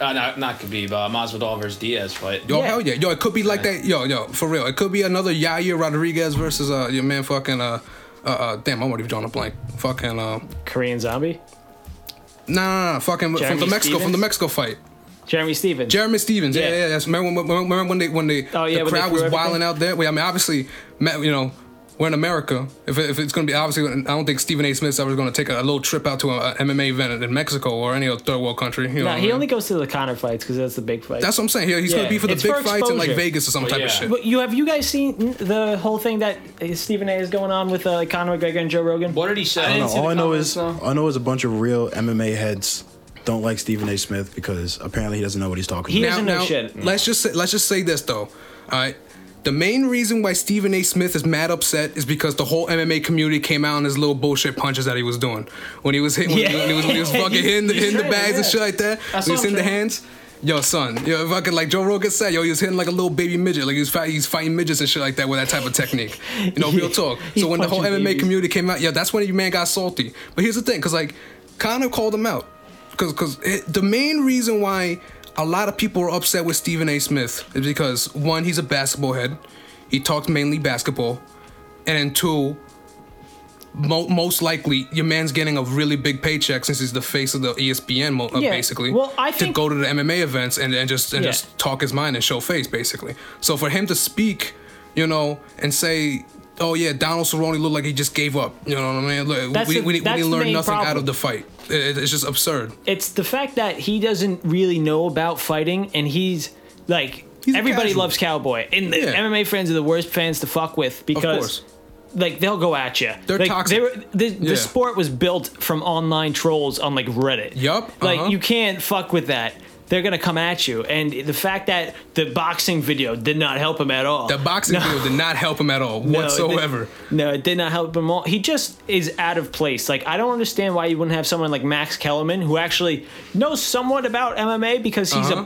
Uh, not, not Khabib, uh, Masvidal versus Diaz fight.
Yo,
Yeah.
Oh, hell yeah. Yo, it could be like that. Yo, yo, for real. It could be another Yair Rodriguez versus uh your man fucking uh uh, uh damn, I'm already drawing a blank. Fucking uh
Korean zombie.
Nah, nah, nah, fucking
Jeremy
from the Mexico, from
Stevens?
the Mexico fight.
Jeremy Stevens.
Jeremy Stevens. Yeah,
Yeah.
yeah, yeah. That's, remember, when, remember when they when they
Oh, yeah,
the
when they
crowd was
threw everything?
wilding out there? Well, I mean, obviously, ma- you know, we're in America. If, it- if it's going to be obviously, I don't think Stephen A. Smith's ever going to take a, a little trip out to a, a MMA event in Mexico or any other third world country. You know,
no,
what I
he
mean?
only goes to the Connor fights because that's the big fight.
That's what I'm saying. He- He's going
Yeah,
to be for the
it's
big
for
fights in like
exposure.
Vegas or some
Well,
type
yeah.
of shit.
But you have you guys seen the whole thing that uh, Stephen A. is going on with uh, Conor McGregor and Joe Rogan?
What did he say?
I don't
see
know. All
the
I know
comments,
is
though.
all I know is a bunch of real MMA heads don't like Stephen A. Smith because apparently he doesn't know what he's talking
He
about.
doesn't know shit.
Let's just say, let's just say this though. All right. The main reason why Stephen A. Smith is mad upset is because the whole MMA community came out on his little bullshit punches that he was doing when he was hit when, he,
Yeah.
when he was, when he was fucking hitting the, hitting the
right,
bags and
yeah.
shit like that.
I
When he was
saw him
hitting the
try-
hands. Yo, son, yo, fucking like Joe Rogan said, yo, he was hitting like a little baby midget, like he was fight, he's fighting midgets and shit like that with that type of technique. You know, real talk.
He's
So when the whole
punching
MMA
babies.
community came out, yeah, that's when your man got salty. But here's the thing, because like Connor called him out, because because the main reason why a lot of people were upset with Stephen A. Smith is because one, he's a basketball head, he talks mainly basketball, and then two. Mo- most likely, your man's getting a really big paycheck since he's the face of the ESPN, mo- uh,
Yeah.
basically.
Well, I
to
think-
go to the MMA events and, and just and
Yeah.
just talk his mind and show face, basically. So for him to speak, you know, and say, "Oh yeah, Donald Cerrone looked like he just gave up," you know what I mean? Look,
That's
we,
the-
we, we
that's
didn't
the
learn
main
nothing out
problem.
of the fight. It- it's just absurd.
It's the fact that he doesn't really know about fighting, and he's like
He's a
everybody
casual.
loves Cowboy, and the
Yeah.
MMA fans are the worst fans to fuck with
Of
because
course,
like they'll go at you.
They're
like,
toxic.
were- the,
Yeah.
the sport was built from online trolls on like Reddit.
Yup, uh-huh.
Like you can't fuck with that. They're gonna come at you, and the fact that the boxing video did not help him at all.
the boxing
No.
deal did not help him at all
No, it didn't-
whatsoever.
No, it did not help him all. He just is out of place. Like I don't understand why you wouldn't have someone like Max Kellerman who actually knows somewhat about MMA because he's a
Uh-huh.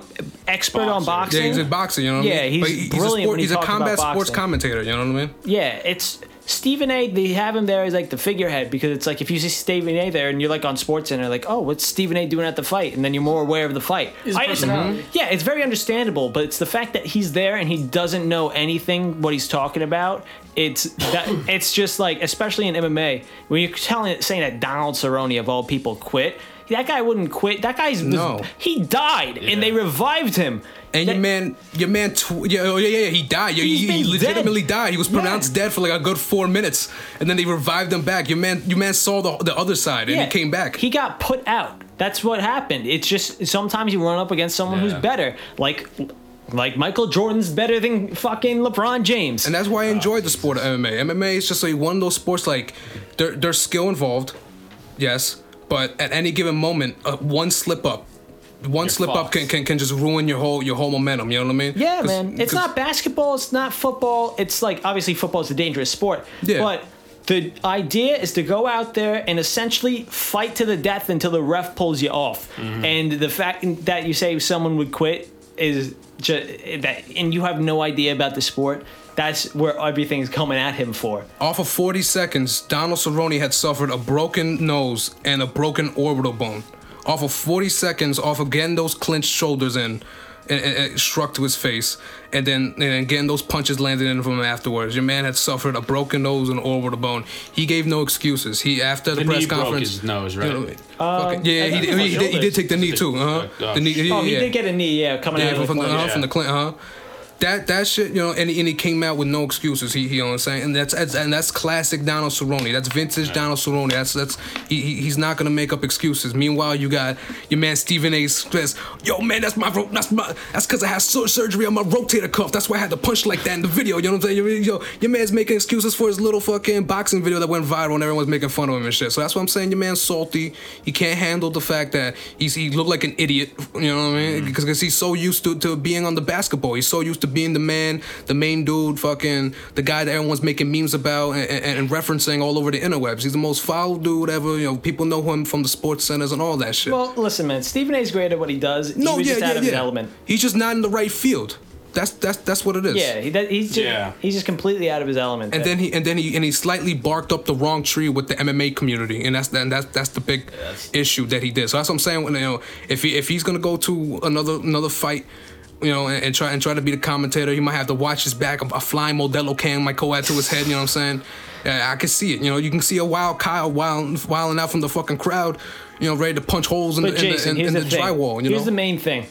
expert on
Yeah,
boxing.
he's a boxer, you know what I
Yeah,
mean?
he's brilliant
But a sport,
when he
he's a
talks about
combat sports
boxing.
commentator, you know what I mean?
Yeah, it's Stephen A. They have him there as like the figurehead because it's like if you see Stephen A. there and you're like on Sports Center, like, oh, what's Stephen A. doing at the fight? And then you're more aware of the fight.
His
I just-
personality.
yeah, it's very understandable, but it's the fact that he's there and he doesn't know anything what he's talking about. It's that it's just like, especially in MMA, when you're telling saying that Donald Cerrone of all people quit. That guy wouldn't quit. That guy's
No.
he died and they revived him.
And your
That-
man, your man, tw- yeah, oh, yeah, yeah, yeah, he died. Yeah,
He's
he, he
been
legitimately
dead.
died. He was
Yeah.
pronounced dead for like a good four minutes, and then they revived him back. Your man, your man saw the the other side, and
Yeah,
he came back.
He got put out. That's what happened. It's just sometimes you run up against someone who's
Yeah.
better, like like Michael Jordan's better than fucking LeBron James.
and that's why I enjoyed the sport of MMA. MMA is just like one of those sports like there, there's skill involved, yes, but at any given moment, uh, one slip up, one slip up
fucked.
can, can can just ruin your whole your whole momentum. You know what I mean?
yeah,
'Cause-
man. It's
'cause-
not basketball. It's not football. It's like obviously football is a dangerous sport.
Yeah.
But the idea is to go out there and essentially fight to the death until the ref pulls you off.
Mm-hmm.
And the fact that you say someone would quit is just that, and you have no idea about the sport. That's where everything's coming at him for.
Off of 40 seconds, Donald Cerrone had suffered a broken nose and a broken orbital bone. Off of 40 seconds, off of getting those clenched shoulders in, and, and, and struck to his face, and then and then getting those punches landed in from him afterwards. Your man had suffered a broken nose and orbital bone. He gave no excuses. He after the,
The
press
knee broke
conference,
his nose,
you know,
right?
fucking- yeah,
Um, I
he,
think
did-
it was
he, did, he did take the knee too, huh?
Oh,
The knee,
Oh, he
yeah.
did get a knee, yeah, coming
Yeah,
out of
from,
the
from, the,
corner.
uh, from the Clint, huh? That that shit, you know, and, he- and he came out with no excuses. He, he you know what I'm saying, and that's, that's and that's classic Donald Cerrone. That's vintage Donald Cerrone. That's that's he, he- he's not gonna make up excuses. Meanwhile, you got your man Stephen A. Smith. Yo, man, that's my ro- that's my that's because I had sur- surgery on my rotator cuff. That's why I had to punch like that in the video. You know what I'm saying? Yo, yo, your man's making excuses for his little fucking boxing video that went viral and everyone's making fun of him and shit. So that's what I'm saying. Your man's salty. He can't handle the fact that he's he looked like an idiot. You know what I mean? Because he's so used to, to being on the basketball. He's so used to being the man, the main dude, fucking the guy that everyone's making memes about and, and, and referencing all over the interwebs. He's the most foul dude ever. You know, people know him from the sports centers and all that shit.
well, listen, man. Stephen A's great at what he does. No,
no,
he was
yeah,
just
yeah,
out of
yeah.
his element.
He's just not in the right field. That's that's that's what it is.
Yeah, he, that, he's just,
Yeah.
he's just completely out of his element.
And
there.
then he and then he and he slightly barked up the wrong tree with the MMA community, and that's and that's that's the big issue that he did. So that's what I'm saying. You know, if he if he's gonna go to another another fight. You know, and, and try and try to be the commentator. He might have to watch his back. A, a flying Modelo can might go out to his head. You know what I'm saying? Yeah, I can see it. You know, you can see a wild Kyle wild wilding out from the fucking crowd. You know, ready to punch holes in,
but
the, in
Jason,
the, in,
here's
in the,
the, thing.
drywall. You
here's
know,
the main thing.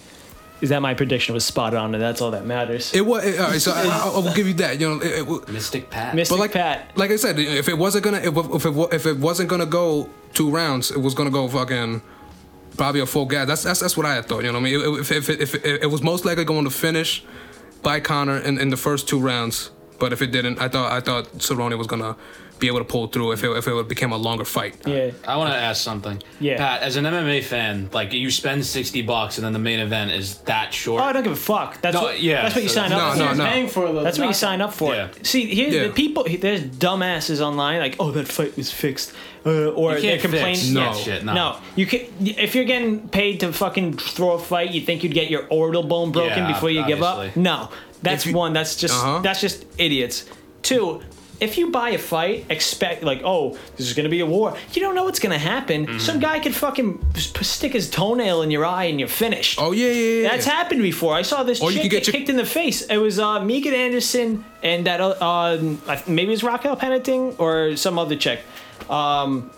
is that my prediction was spot on, and that's all that matters.
It was all right. So I, I'll I'll give you that. You know, it, it, wa-
Mystic Pat.
Mystic
but like
Pat,
like I said, if it wasn't gonna if if it, wa- if it wasn't gonna go two rounds, it was gonna go fucking probably a full gas. That's that's that's what I had thought. You know what I mean? If if if, if, if it was most likely going to finish by Connor in, in the first two rounds, but if it didn't, I thought I thought Cerrone was gonna be able to pull through if it if it became a longer fight.
yeah,
I want to ask something.
Yeah.
Pat, as an MMA fan, like you spend sixty bucks and then the main event is that short.
Oh, I don't give a fuck. That's
No,
what,
yeah,
that's what you
so
sign
that's-
up
No,
for.
no, no.
paying for though.
That's what you
not-
sign up for.
Yeah.
See, here's
Yeah.
the people. There's dumbasses online like, oh, that fight was fixed, uh, or
You
they
can't
complain.
fix
No.
that shit. No.
No, you can. If you're getting paid to fucking throw a fight, you think you'd get your orbital bone broken
Yeah,
before you give up?
obviously.
No, that's
If you-
one. That's just
Uh-huh.
that's just idiots. Two, if you buy a fight, expect like, oh, this is gonna be a war. You don't know what's gonna happen.
Mm-hmm.
Some guy could fucking sp- stick his toenail in your eye and you're finished.
Oh yeah, yeah, yeah. yeah.
That's happened before. I saw this
Or you
chick
could
get,
get your-
kicked in the face. It was uh, Megan Anderson and that uh, um, I th- maybe it was Raquel Pennington or some other chick. Um,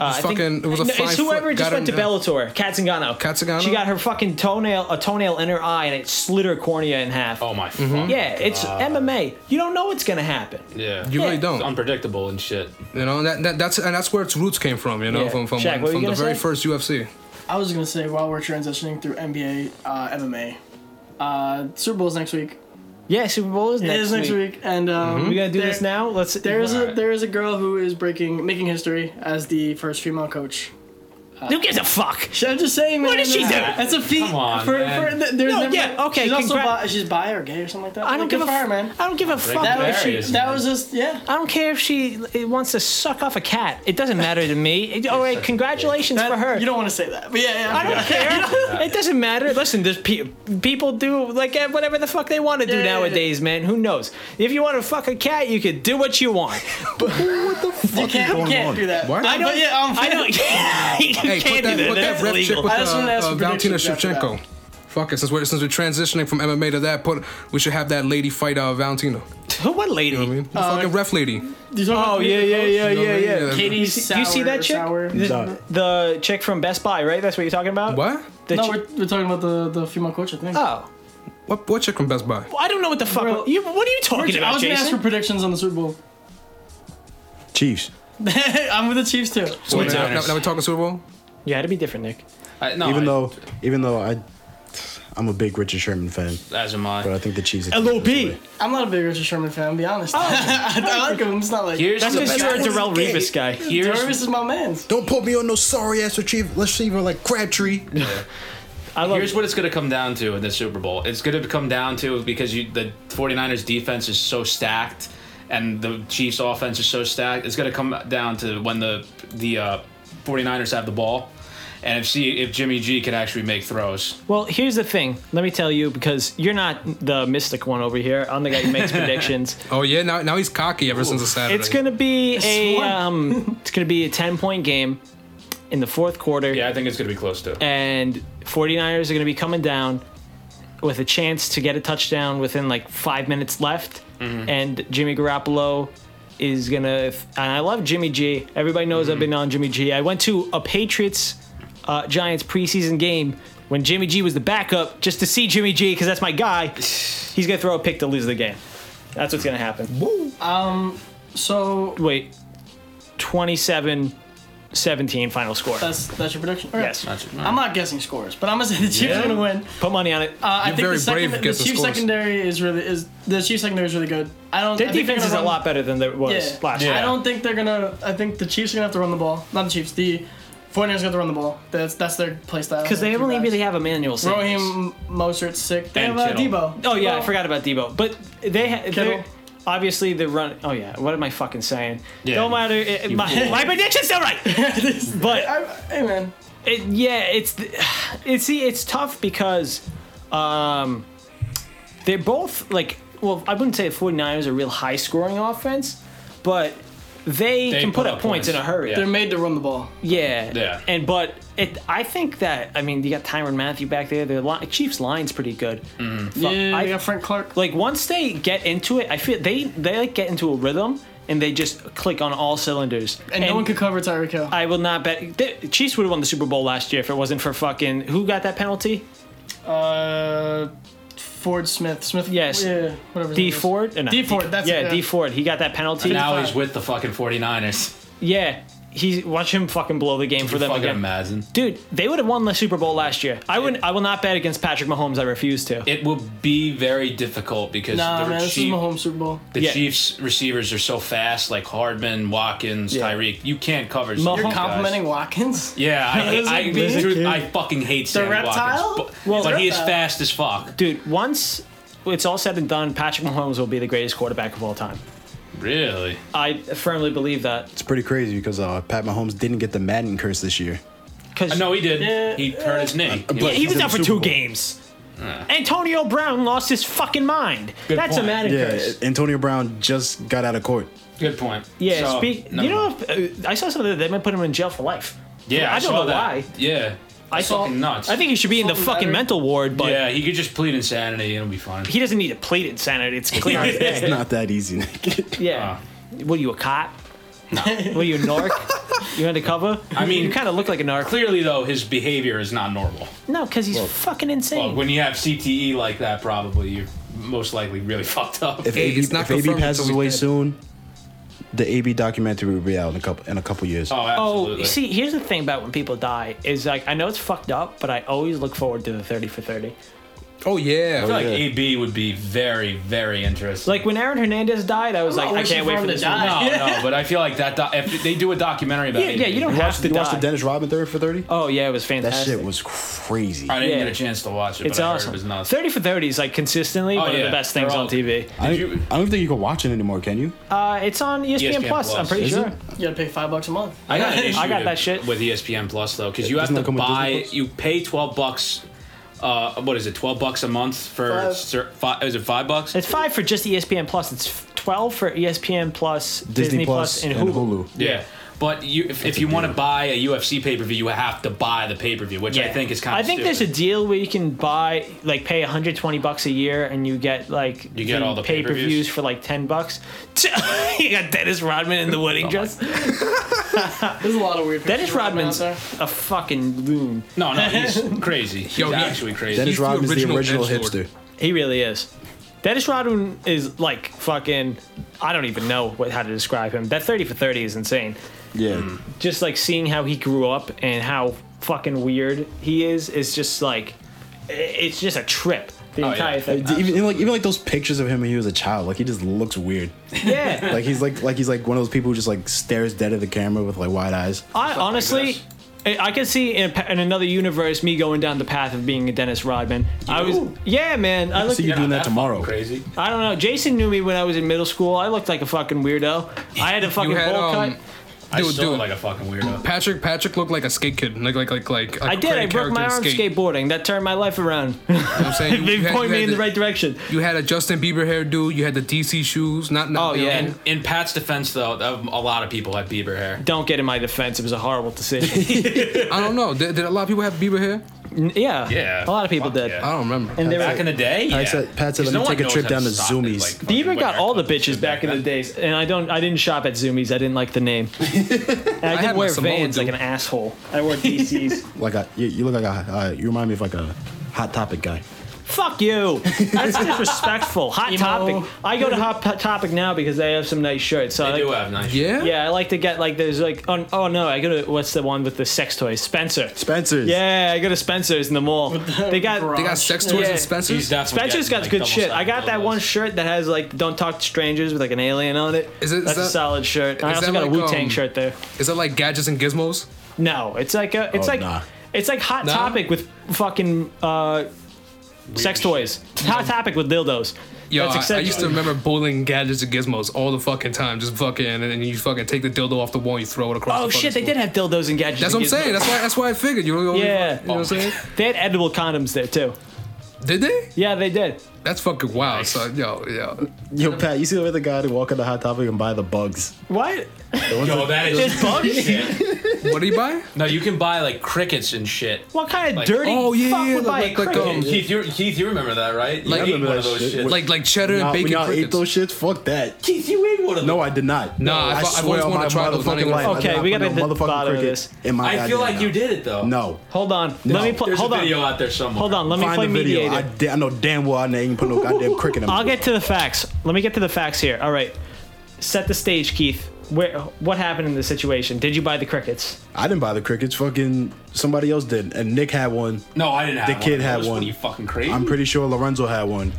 uh, I think-
fucking- it was a
No, it's
five
whoever
foot-
just
got
went to
him down.
Bellator. Kat Zingano.
Kat Zingano?
She got her fucking toenail, a toenail in her eye, and it slid her cornea in half.
Oh my. fuck.
Yeah, it's MMA. You don't know what's gonna happen.
Yeah.
You really
Yeah.
don't.
It's unpredictable and shit.
You know that, that that's and that's where its roots came from. You know,
Yeah.
from from,
Shaq, what were you
from the
gonna
very
say?
first UFC.
I was gonna say while we're transitioning through NBA, uh, MMA, uh, Super Bowl's next week.
Yeah, Super Bowl is next,
it is next week, and um,
We gotta do
there-
this now. Let's.
There's a there is a girl who is breaking making history as the first female coach.
who gives a fuck?
I'm just saying, man. uh,
What did she do?
That's a feat.
Come on,
for,
man.
for- th- there's
No,
never-
yeah, okay,
She's also
congrat-
bi, she's bi or gay or something like that.
I don't
Like,
give a
good for her,
f-
man.
I don't give a fuck.
That
if
was,
she-
Hilarious,
that
man.
was just yeah.
I don't care if she wants to suck off a cat. It doesn't matter to me. It- all right, congratulations
That-
for her.
You don't want to say that, but yeah, yeah.
I don't care. It doesn't matter. Listen, there's pe- people do like eh, whatever the fuck they want to do
Yeah, yeah, yeah.
nowadays, man. Who knows? If you want to fuck a cat, you could do what you want.
You can't, you
going
can't
on?
do that.
What?
I
I
don't.
don't-
yeah, um,
I don't. you
Hey, put
can't
that,
do
put
that.
that
That's
red chick
illegal.
with
I
uh,
just wanna ask
uh,
for
Valentina
predictions after
Shevchenko. Fuck it, since we're since we're transitioning from MMA to that, put we should have that lady fight uh, Valentina.
Who? What lady?
I mean, the
Uh,
fucking ref lady.
You talking about
Oh yeah, yeah, yeah,
You know what
yeah,
I mean?
yeah.
Yeah.
Katie
You see, you see
Sauer-
that chick?
Sauer?
The, the chick from Best Buy, right? That's what you're talking about.
What?
The
No,
chick-
we're, we're talking about the, the female coach, I think.
oh,
What? What chick from Best Buy?
Well, I don't know what the fuck.
Bro-
you, what are you
I
talking
was
about,
gonna ask for
Jason?
predictions on the Super Bowl.
Chiefs.
I'm with the Chiefs too.
So wait, now,
honest.
now- now we're talking Super Bowl.
You had to be different, Nick.
I, no,
even
I-
though, even though I, I'm a big Richard Sherman fan,
as am I.
but I think the Chiefs. are taking
LOB.
this away.
I'm not a big Richard Sherman fan, I'll be
Oh.
honest. I, like him. It's not like
Here's
That's
the
because you're a
best-
Darrell Revis guy.
Jarvis
Here's,
is my man's.
Don't put me on no sorry ass retrieve. Let's see, like Crabtree.
I love
here's what it's going to come down to in the Super Bowl. It's going to come down to because you, the 49ers defense is so stacked and the Chiefs offense is so stacked. It's going to come down to when the the uh, 49ers have the ball and if see if Jimmy G can actually make throws.
Well, here's the thing. Let me tell you because you're not the mystic one over here. I'm the guy who makes predictions.
Oh yeah, now now he's cocky ever since the Saturday.
It's gonna be a
one.
um, it's gonna be a 10 point game in the fourth quarter,
Yeah, I think it's going to be close to.
and 49ers are gonna be coming down with a chance to get a touchdown within like five minutes left,
Mm-hmm.
and Jimmy Garoppolo is gonna. if- And I love Jimmy G. Everybody knows
Mm-hmm.
I've been on Jimmy G. I went to a Patriots uh, Giants preseason game. When Jimmy G was the backup, just to see Jimmy G, because that's my guy, he's gonna throw a pick to lose the game. That's what's gonna happen
So
wait 27 17 final score
that's that's your prediction. Okay.
yes
I'm not guessing scores, but I'm gonna say the Chiefs
Yeah.
are gonna win.
put money on it
Uh, I think
very
the, second,
brave
the
guessing
Chiefs
scores.
secondary is really is the Chiefs secondary is really good. I don't.
their
I think they're
defense is
gonna
a
run-
lot better than there was
Yeah.
last
I
year
don't think they're gonna. I think the Chiefs are gonna have to run the ball. Not the Chiefs. The 49ers gonna have to run the ball. That's that's their play style.
because they
Two
only
backs.
really have Emmanuel Sanders.
Rohim Mostert's sick. They
And
have uh,
Kittle.
Debo.
oh yeah I
Debo.
forgot about Debo but they ha- they're-
Kittle.
obviously they're running oh yeah what am I fucking saying
Yeah.
no matter it, my,
fool.
my prediction's still right but
I, hey man,
it, yeah, it's th- it's see, it's tough because um, they're both like well, I wouldn't say the 49ers are a real high scoring offense, but they, can put, up points, in a hurry.
Yeah.
they're made to run the ball.
Yeah.
Yeah.
And but it, I think that I mean you got Tyron Matthew back there. The li- Chiefs line's pretty good.
Mm.
Fu-
Yeah,
I-
I got Frank Clark.
like once they get into it, I feel they they like get into a rhythm and they just click on all cylinders.
And, no one could cover Tyreek Hill.
I will not bet. The Chiefs would have won the Super Bowl last year if it wasn't for fucking who got that penalty.
Uh, Ford Smith. Smith.
Yes.
Yeah. Whatever.
D Ford. No,
D Ford, that's it,
yeah,
yeah.
D Ford. He got that penalty.
Now
five.
he's with the fucking 49ers.
yeah, he watch him fucking blow the game for them
fucking
again.
imagine.
Dude, they would have won the Super Bowl last year. I wouldn't. I will not bet against Patrick Mahomes. I refuse to.
It will be very difficult because
Nah,
the,
man, this is
Chief-
my home Super Bowl.
the
Yeah.
Chiefs receivers are so fast, like Hardman, Watkins,
Yeah.
Tyreek. You can't cover.
You're
these
You're
guys.
complimenting Watkins.
Yeah,
There's a
I, I,
bee.
dude,
There's a kid.
I fucking hate Sammy
reptile?
Watkins, but,
Well,
but he is
reptile.
fast as fuck.
Dude, once it's all said and done, Patrick Mahomes will be the greatest quarterback of all time.
Really?
I firmly believe that
It's pretty crazy because uh, Pat Mahomes didn't get the Madden curse this year.
because
No, he did.
Yeah.
He hurt his knee.
Uh,
You
but-
know,
he was
in
out
the
for
Super
two
Bowl.
games. Antonio Brown lost his fucking mind.
Good
That's a
point.
Madden
Yeah,
curse.
Antonio Brown just got out of court.
Good point.
Yeah,
So,
speak.
never
You know,
mind.
if, uh, I saw something that they might put him in jail for life.
Yeah,
I
I,
don't
saw
know
that.
why.
Yeah,
I
It's
saw.
fucking nuts.
I think he should be in the
Fucking
fucking
better.
mental ward, but
yeah, he could just plead insanity and it'll be fine.
he doesn't need to plead insanity. It's clear. as day.
It's not that easy, Nick.
Yeah.
Uh.
what are you, a cop? what are you, a narc? you undercover?
I mean-
you kind of look like a narc.
Clearly, though, his behavior is not normal.
No, because he's fucking
Well,
insane.
when you have CTE like that, probably you're most likely really fucked up.
If
Hey,
AB,
it's not
if AB
confirmed
passes
until we
away
dead.
soon, the AB documentary will be out in a couple in a couple years.
oh, absolutely.
Oh, see, here's the thing about when people die is like I know it's fucked up, but I always look forward to the thirty for thirty.
Oh yeah.
I feel like
yeah.
AB would be very, very interesting.
Like when Aaron Hernandez died, I was
I'm not
like, I
wishing
can't wait
for
for
him to
this.
die.
one.
no, no, but I feel like that. Do- if they do a documentary about
Yeah,
AB,
yeah, you don't
you
have
watched,
to
you
die.
watched the Dennis Rodman third for thirty?
oh yeah, it was
that
fantastic.
shit was crazy.
I didn't
Yeah.
get a chance to watch it.
It's
but I heard it was
awesome.
nuts.
Thirty for thirty is like consistently one of
yeah.
the best
They're
things
all-
on TV.
I,
you-
I don't think you can watch it anymore, can you?
Uh, it's on ESPN,
ESPN
Plus. I'm
Plus.
pretty
Is
sure.
it?
You gotta pay five bucks a month.
I got an issue
I got
to-
that shit.
with E ESPN Plus though, because you
Doesn't
have
that
to
come with Disney
buy.
Plus?
You pay twelve bucks. Uh, what is it? Twelve bucks a month for
Five.
cer five. Is it five bucks?
It's five for just E ESPN Plus. It's f- twelve for E ESPN Plus, Disney,
Disney
Plus,
Plus
and Hulu.
yeah. But you, if, if you want to buy a UFC pay per view, you have to buy the pay per view, which I think is kind of.
I think there's a deal where you can buy like pay 120 bucks a year and you get like
You get all the
pay-per-views
pay-per-views?
for like 10 bucks. you got Dennis Rodman in the
Oh
wedding dress.
There's a lot of weird.
Dennis
pictures of Rodman
Rodman's
out
a fucking loon.
no, no, he's crazy. He's
Yo, he-
actually crazy.
Dennis
He's the
Rodman's the
original
original
edgelord.
hipster.
He really is. Dennis Rodman is like fucking. I don't even know what how to describe him. That 30 for 30 is insane.
Yeah.
Just like seeing how he grew up and how fucking weird he is is just like it's just a trip. The
Oh, yeah.
entire thing.
Even, even like even like those pictures of him when he was a child, like he just looks weird.
yeah.
Like he's like like he's like one of those people who just like stares dead at the camera with like wide eyes.
I honestly, I
this.
I could see in, a pa- in another universe me going down the path of being a Dennis Rodman. I was, yeah, man. I looked.
see you doing
Not
that tomorrow.
Crazy.
I don't know. Jason knew me when I was in middle school. I looked like a fucking weirdo. I had a fucking
You had
bowl
um.
cut.
I
Dude,
still
dude.
like a fucking weirdo.
Patrick Patrick looked like a skate kid. Like like like like. like
I
a
did. I
creative
broke my
character
arm
in skate.
skateboarding. That turned my life around.
You know what I'm saying
they
You had-
point
you
me
had
in the right direction.
You had a Justin Bieber hairdo. You had the DC shoes. Not. not
Oh,
you know,
yeah.
and-
In Pat's defense, though, um, a lot of people have Bieber hair.
Don't get in my defense. It was a horrible decision.
I don't know. Did, did a lot of people have Bieber hair?
yeah.
Yeah.
A lot of people
Fuck
did.
yeah.
I don't remember.
And they were
Back in the day, yeah.
Pat said- Pat said, "Let
Because
me
one
take a
knows
trip
how
down
to
to
stop
Zoomies."
it, fucking
Bieber
what
got all the
haircuts
bitches
did
back in the
then.
days, and I don't. I didn't shop at Zoomies. I didn't like the name. And I,
had
didn't
my
wear
Samoa
Vans like
dude.
an asshole. I wore DCs.
Like a, you, you look like a uh, you remind me of like a hot topic guy.
Fuck you. That's disrespectful. Hot Topic. I go to Hot P- Topic now because they have some nice shirts. So I like,
They do have nice.
Yeah.
Yeah, I like to get like there's like oh, oh no, I go to what's the one with the sex toys? Spencer.
Spencer's.
Yeah, I go to Spencer's in the mall. They got
They got sex toys
Yeah.
and Spencer's.
He's definitely
Spencer's got
getting, like,
good shit. I
double-sided
got that
dildos.
one shirt that has like "Don't Talk to Strangers" with like an alien on it.
Is it- is
That's a
that-
solid shirt. I
is
also
that
got a
like,
Wu Tang
um,
shirt there.
Is it like gadgets and gizmos?
No, it's like a, it's
Oh,
like,
nah.
it's like Hot
Nah?
Topic with fucking uh, sex toys. Hot Topic with dildos.
Yo,
That's
I, I
acceptable.
used to remember bullying gadgets and gizmos all the fucking time. Just fucking, and then you fucking take the dildo off the wall, and you throw it across.
Oh
the fucking
shit, they
floor.
did have dildos and gadgets.
That's
and
what I'm
gizmos.
saying. That's why. That's why I figured. You know,
Yeah. Oh.
You know what I'm saying?
They had edible condoms there too.
Did they?
Yeah, they did.
That's fucking wild. So yo, yo,
Yo, Pat, you see the way the guy to walk into Hot Topic and buy the bugs.
What?
Yo, that is
Just bugs?
shit.
what do you buy?
No, you can buy like crickets and shit.
What kind of
Like,
dirty
oh, yeah,
fuck
yeah,
would buy a
like- like,
cricket?
um,
Keith, you Keith, you remember that, right? You
Like-
ate one of
that
those
shit.
shit.
What-
Like like cheddar
Nah,
and
when
bacon
y'all ate
crickets.
those shits, fuck that.
Keith, you ate one of those.
No, I did not.
Nah,
I,
I've- I've
swear
always
on my
wanted to try those, not
motherfucking
even
life.
one.
I did
Okay,
not
we
put no
gotta hit the
motherfucking
bottom of
cricket
this.
In my
I feel
goddamn
like you
mouth.
did it though.
No.
Hold on. Let
No.
me play.
There's
Hold
a
on.
video out there somewhere.
Hold on. Let me
Find
play
the video.
mediator.
I, di- I know damn well I ain't put no goddamn cricket in my
I'll get to the facts. Let me get to the facts here. All right. Set the stage, Keith. Where, what happened in the situation? Did you buy the crickets?
I didn't buy the crickets. Fucking somebody else did, and Nick had one.
No, I didn't have
The
one.
kid
Of
had
course,
one.
What are you fucking crazy?
I'm pretty sure Lorenzo had one.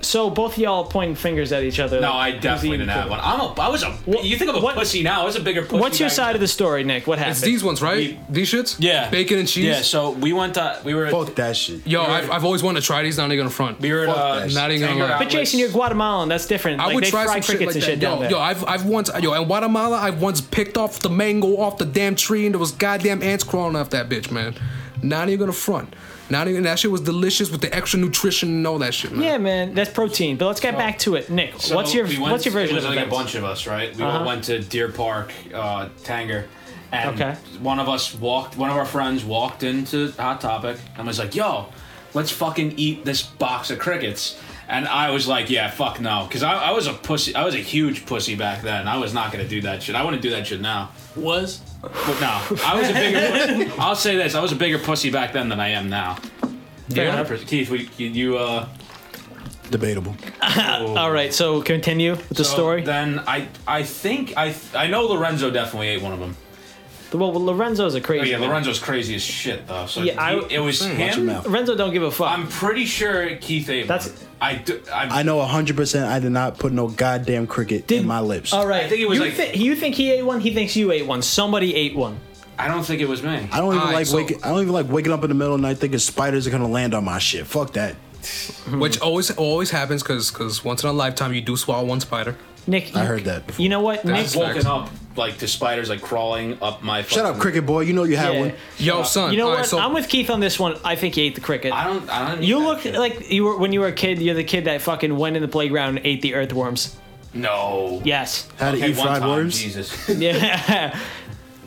So both of y'all pointing fingers at each other.
no,
like,
I
who's
definitely
eating
didn't have
cricket?
one. I'm a. I was a. you think I'm a
what-
pussy now? I was a bigger pussy.
What's your
back
side
then.
of the story, Nick? What happened?
It's these ones, right? these shits.
Yeah.
bacon and cheese.
Yeah. So we went to. We were. At,
Fuck that shit.
Yo, I've, I've always wanted to try these. Not even gonna front.
we were at,
fuck
uh,
that shit.
Not even gonna
Tanger
lie.
But Jason, you're Guatemalan. That's different.
I
like
would
they
try
fry
some
crickets
shit like
and
that.
shit down there.
Yo, yo, I've I've once yo in Guatemala, I've once picked off the mango off the damn tree and there was goddamn ants crawling off that bitch, man. Not even gonna front. Not even that shit was delicious with the extra nutrition and all that shit, man.
yeah, man, that's protein. But let's get back to it, Nick.
So
what's your
we went-
What's your version
It was
of
like a
events? Uh-huh.
bunch of us, right? We all went to Deer Park, uh, Tanger, and
Okay.
one of us walked. One of our friends walked into Hot Topic and was like, "Yo, let's fucking eat this box of crickets." And I was like, "Yeah, fuck no," because I, I was a pussy. I was a huge pussy back then. I was not gonna do that shit. I wouldn't do that shit now.
Was
But no, I was a bigger. pussy. I'll say this: I was a bigger pussy back then than I am now.
Fair enough.
Keith, we, you, you uh.
Debatable.
All right, so continue with the
so
story.
Then I, I think I, I know Lorenzo definitely ate one of them.
well, Lorenzo's a
Oh
crazy.
yeah,
man.
Lorenzo's crazy as shit though. So
Yeah, I-
he- it was
Watch your
him.
mouth.
Lorenzo don't give a fuck.
I'm pretty sure Keith ate.
That's-
one. I, do, I,
I know 100% I did not put no goddamn cricket
Did-
in my lips.
All right.
I think it was
you
like-
thi- you think he ate one? He thinks you ate one. Somebody ate one.
I don't think it was me.
I don't even
All right,
like
so-
waking I don't even like waking up in the middle of the night thinking spiders are gonna land on my shit. Fuck that.
Mm-hmm. Which always always happens because because once in a lifetime you do swallow one spider.
Nick,
I
you-
heard that before.
You know what, Nick?
That's
I've woken
facts.
up like to spiders like crawling up my.
Shut
fucking-
up, cricket boy. You know you had
Yeah.
one.
Yo, son.
You know
all
what?
right, so
I'm with Keith on this one. I think he ate the cricket.
I don't. I don't. eat
You
that
look
shit.
like you were when you were a kid. You're the kid that fucking went in the playground and ate the earthworms.
no.
Yes.
How to
Okay,
eat
one
fried
time,
worms.
Jesus.
Yeah.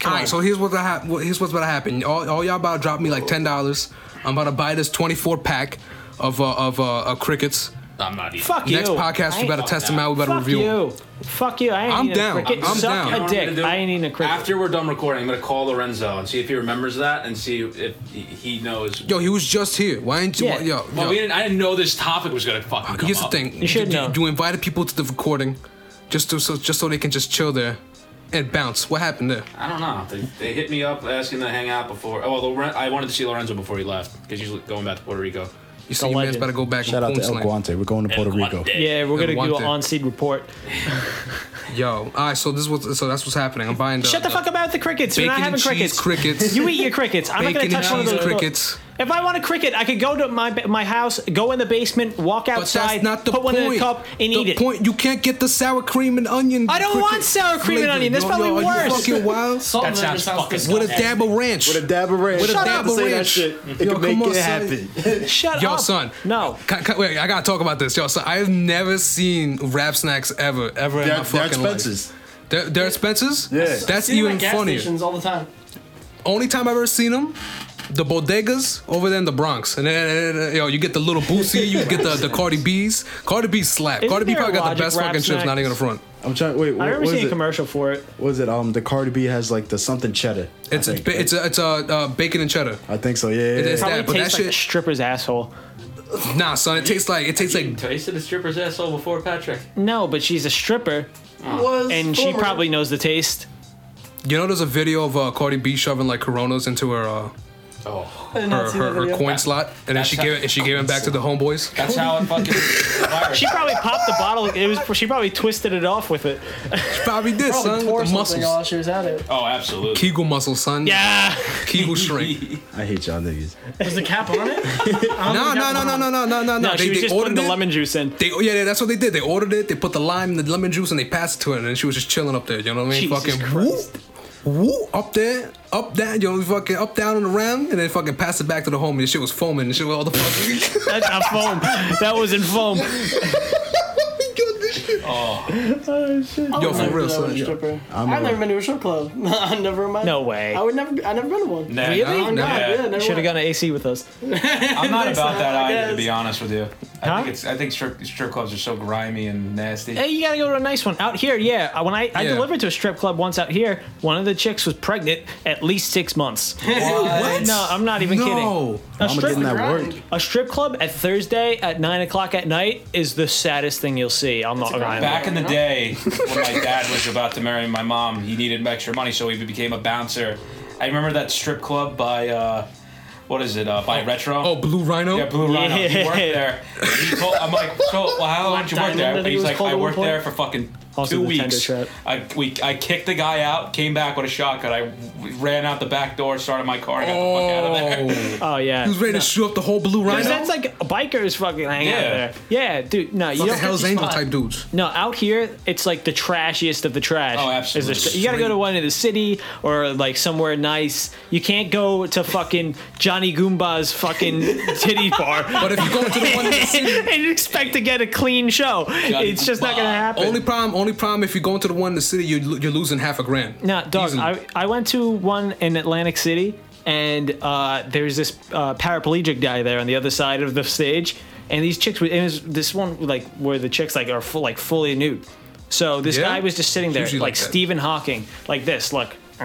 all right, so here's what that hap- here's what's about to happen. All, all y'all about to drop me like ten dollars. I'm about to buy this 24 pack of uh, of uh, uh, crickets.
I'm not eating.
Fuck you.
Next podcast, we
I-
better test them out. We better
Fuck
review. 'em.
you. Fuck you. I ain't
I'm
eating
down.
a cricket.
I'm
Suck
down. You know
a
what
I'm gonna
dick.
do?
I ain't eating a cricket.
After we're done recording, I'm gonna call Lorenzo and see if he remembers that and see if he, he knows.
Yo, he was just here. Why ain't you?
Yeah.
Yo,
well,
yo.
we didn't, I didn't know this topic was gonna fucking come
Here's the
up.
thing. You
should
you,
know.
you invited people to the recording, just to, so just so they can just chill there, and bounce. What happened there?
I don't know. They, they hit me up asking to hang out before. Oh, well, Loren- I wanted to see Lorenzo before he left because he's going back to Puerto Rico.
You see, you man's
legend.
better go back
Shout
and
out to El
boom slam.
Guante. We're going to Puerto Rico.
yeah, we're gonna
want
do an
to.
on-seed report.
Yo, all right. So this was so that's what's happening. I'm buying. The,
Shut the fuck up about the crickets. We're
Bacon
not having
and cheese
crickets.
crickets.
You eat your crickets. I'm not gonna
Bacon and
touch one of
cheese
those
crickets.
If I want a cricket, I could go to my my house, go in the basement, walk
But
outside,
that's not the
put
point.
one in a cup, and
the
eat it.
point you can't get the sour cream and onion.
I don't
cricket
want sour cream and
flavor.
onion. That's
Yo,
probably
yo, Are you
worse.
fucking wild?
salt
That
and
sounds
vinegar
fucking
With a
disgusting.
dab of ranch.
With a dab of ranch.
With a
Shut
dab
up
of
and say that
ranch.
shit. It
Yo,
can make
come on,
it
son.
happen.
Shut
Yo,
up.
son.
No.
Ca- ca- wait, I gotta talk about this. Yo, son, I've never seen rap snacks ever, ever in my
They're,
fucking
they're
life.
expenses.
They're, they're expenses?
Yeah.
That's
See them
even
at gas
funnier.
stations all the time.
Only time I've ever seen them, the bodegas over there in the Bronx. And then, uh, yo, you get the little Boosie, you get the, the Cardi B's. Cardi B slap.
Isn't
Cardi B
there a
probably got the
Logic
best
rap
fucking chips, not
snack?
even in front.
I'm trying. Wait,
I
what,
remember
what
seeing
is
a
it?
commercial for it.
What is it? Um, the Cardi B has like the something cheddar. I
It's
think,
ba- it's a, it's a uh, bacon and cheddar.
I think so. Yeah. yeah,
is
yeah.
Probably
that- but
tastes like
shit-
a stripper's asshole.
Nah, son, it tastes like it tastes like
Tasted a stripper's asshole before Patrick.
No, but she's a stripper,
Ah.
Was
and she
former-
probably knows the taste.
you know. There's a video of uh, Cardi B shoving like Coronas into her uh,
Oh,
I did not
her,
see that
her, her
video.
coin slot, and then
That's
she
how-
gave it and she gave it back to the homeboys.
that's how it fucking.
She probably popped the bottle. It was she probably twisted it off with it.
Probably did,
Probably
son.
tore
with
something
The muscles,
while she was at it.
oh, absolutely.
Kegel muscle, son.
Yeah.
Kegel shrink.
I hate y'all niggas.
Was the cap on it?
No, no, no, no, no, no, no, no.
No, she
they,
was just
they
putting
ordered
the
it.
lemon juice in.
They, oh, yeah, yeah, that's what they did. They ordered it. They put the lime and the lemon juice, and they passed it to her, and then she was just chilling up there. You know what I mean?
Jesus
Fucking
Christ.
whoop. woo, up there, up down, yo, fucking up down and around, and then fucking pass it back to the home. And the shit was foaming and shit with all the fucking.
That's not foam. That was in foam.
yo, for
I've
real,
never been
son.
to a
yo.
stripper.
I'm
I've
never-
never been to a strip club. I never in my
No way.
I would never. I never been to one.
Nah,
Really?
no,
Oh, God,
nah.
yeah, never
Should have
went.
gone to AC with us.
I'm not about that
I
either, to
guess.
be honest with you. I
Huh?
think it's I think strip, strip clubs are so grimy and nasty.
Hey, you gotta go to a nice one out here. Yeah, I- when I, I
Yeah.
delivered to a strip club once out here, one of the chicks was pregnant at least six months.
What?
No, I'm not even
No.
kidding. A
I'm getting
strip,
that
grind.
work.
a strip club at Thursday at nine o'clock at night is the saddest thing you'll see. I'm not lying.
Back in the day, when my dad was about to marry my mom, he needed extra money, so he became a bouncer. I remember that strip club by, uh, what is it, uh, by Retro?
Oh, Blue Rhino.
Yeah, Blue Rhino. He worked
Yeah.
there. He told, I'm like, so well, how long did you work
Diamond, I
there?
think
And
it
he's
was
like,
called
I
at one
worked
point.
there for fucking
Also
two
the tender
weeks.
trap.
I we I kicked the guy out, came back with a shotgun. I ran out the back door, started my car, and got the fuck out of there.
Oh,
Oh yeah.
he was ready to shoot up the whole Blue
Because
Rhino.
that's like bikers fucking hang out
Yeah.
there. Yeah, dude. No, you
Fucking
don't.
Hell's Angel type dudes.
No, out here it's like the trashiest of the trash.
Oh, absolutely.
Is there- you gotta go to one in the city or like somewhere nice. You can't go to fucking Johnny Goomba's fucking titty bar
But if you go to the one in the city,
and expect to get a clean show. it's just not gonna
Goomba.
happen.
Only problem, only problem. If you go into the one in the city, you're, lo- you're losing half a grand.
No, dog.
Easily.
I, I went to one in Atlantic City, and uh, there's this uh, paraplegic guy there on the other side of the stage, and these chicks. Were, it was this one like where the chicks like are full, like fully nude. So this
Yeah?
guy was just sitting there,
Usually
like,
like that.
Stephen Hawking, like this, like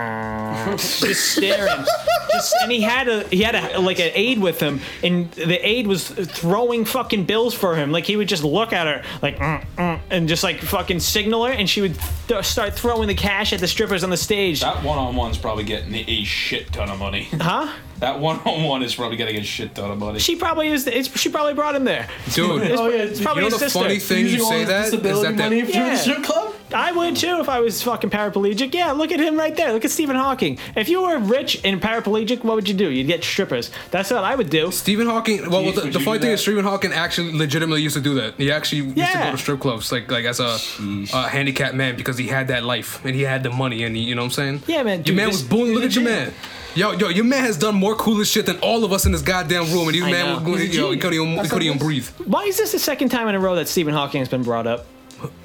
just staring. Just, and he had a he had a like an aide with him, and the aide was throwing fucking bills for him. Like he would just look at her like mm, mm, and just like fucking signal her, and she would th- start throwing the cash at the strippers on the stage.
That one on one's probably getting a shit ton of money.
Huh?
That one on one is probably getting a shit ton of money.
She probably is. It's, she probably brought him there.
dude.
Oh yeah,
It's
it's
probably
you know
his
the
sister.
funny thing you
using all
say
his
that is
disability
that,
money
that
for
Yeah.
the strip club.
I would too if I was fucking paraplegic. Yeah, look at him right there. Look at Stephen Hawking. If you were rich and paraplegic, what would you do? You'd get strippers. That's what I would do.
Stephen Hawking. Well,
Jeez,
the,
would
the
you
funny
do
thing
that?
is Stephen Hawking actually legitimately used to do that. He actually used to
Yeah.
go to strip clubs like like as a, a handicapped man because he had that life and he had the money and he, you know what I'm saying?
Yeah, man,
Your
dude,
man
this-
was booming. Look at your man. Yo, yo, your man has done more coolest shit than all of us in this goddamn room, and these
I know.
man, was,
He's a
yo, he couldn't even, he couldn't even breathe.
Why is this the second time in a row that Stephen Hawking has been brought up?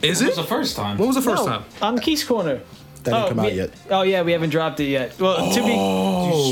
Is
It
it?
was the first time.
When was the first
No,
time?
On Keith's Corner.
That didn't come out
we-
yet.
Oh yeah, we haven't dropped it yet. Well, to
Oh,
be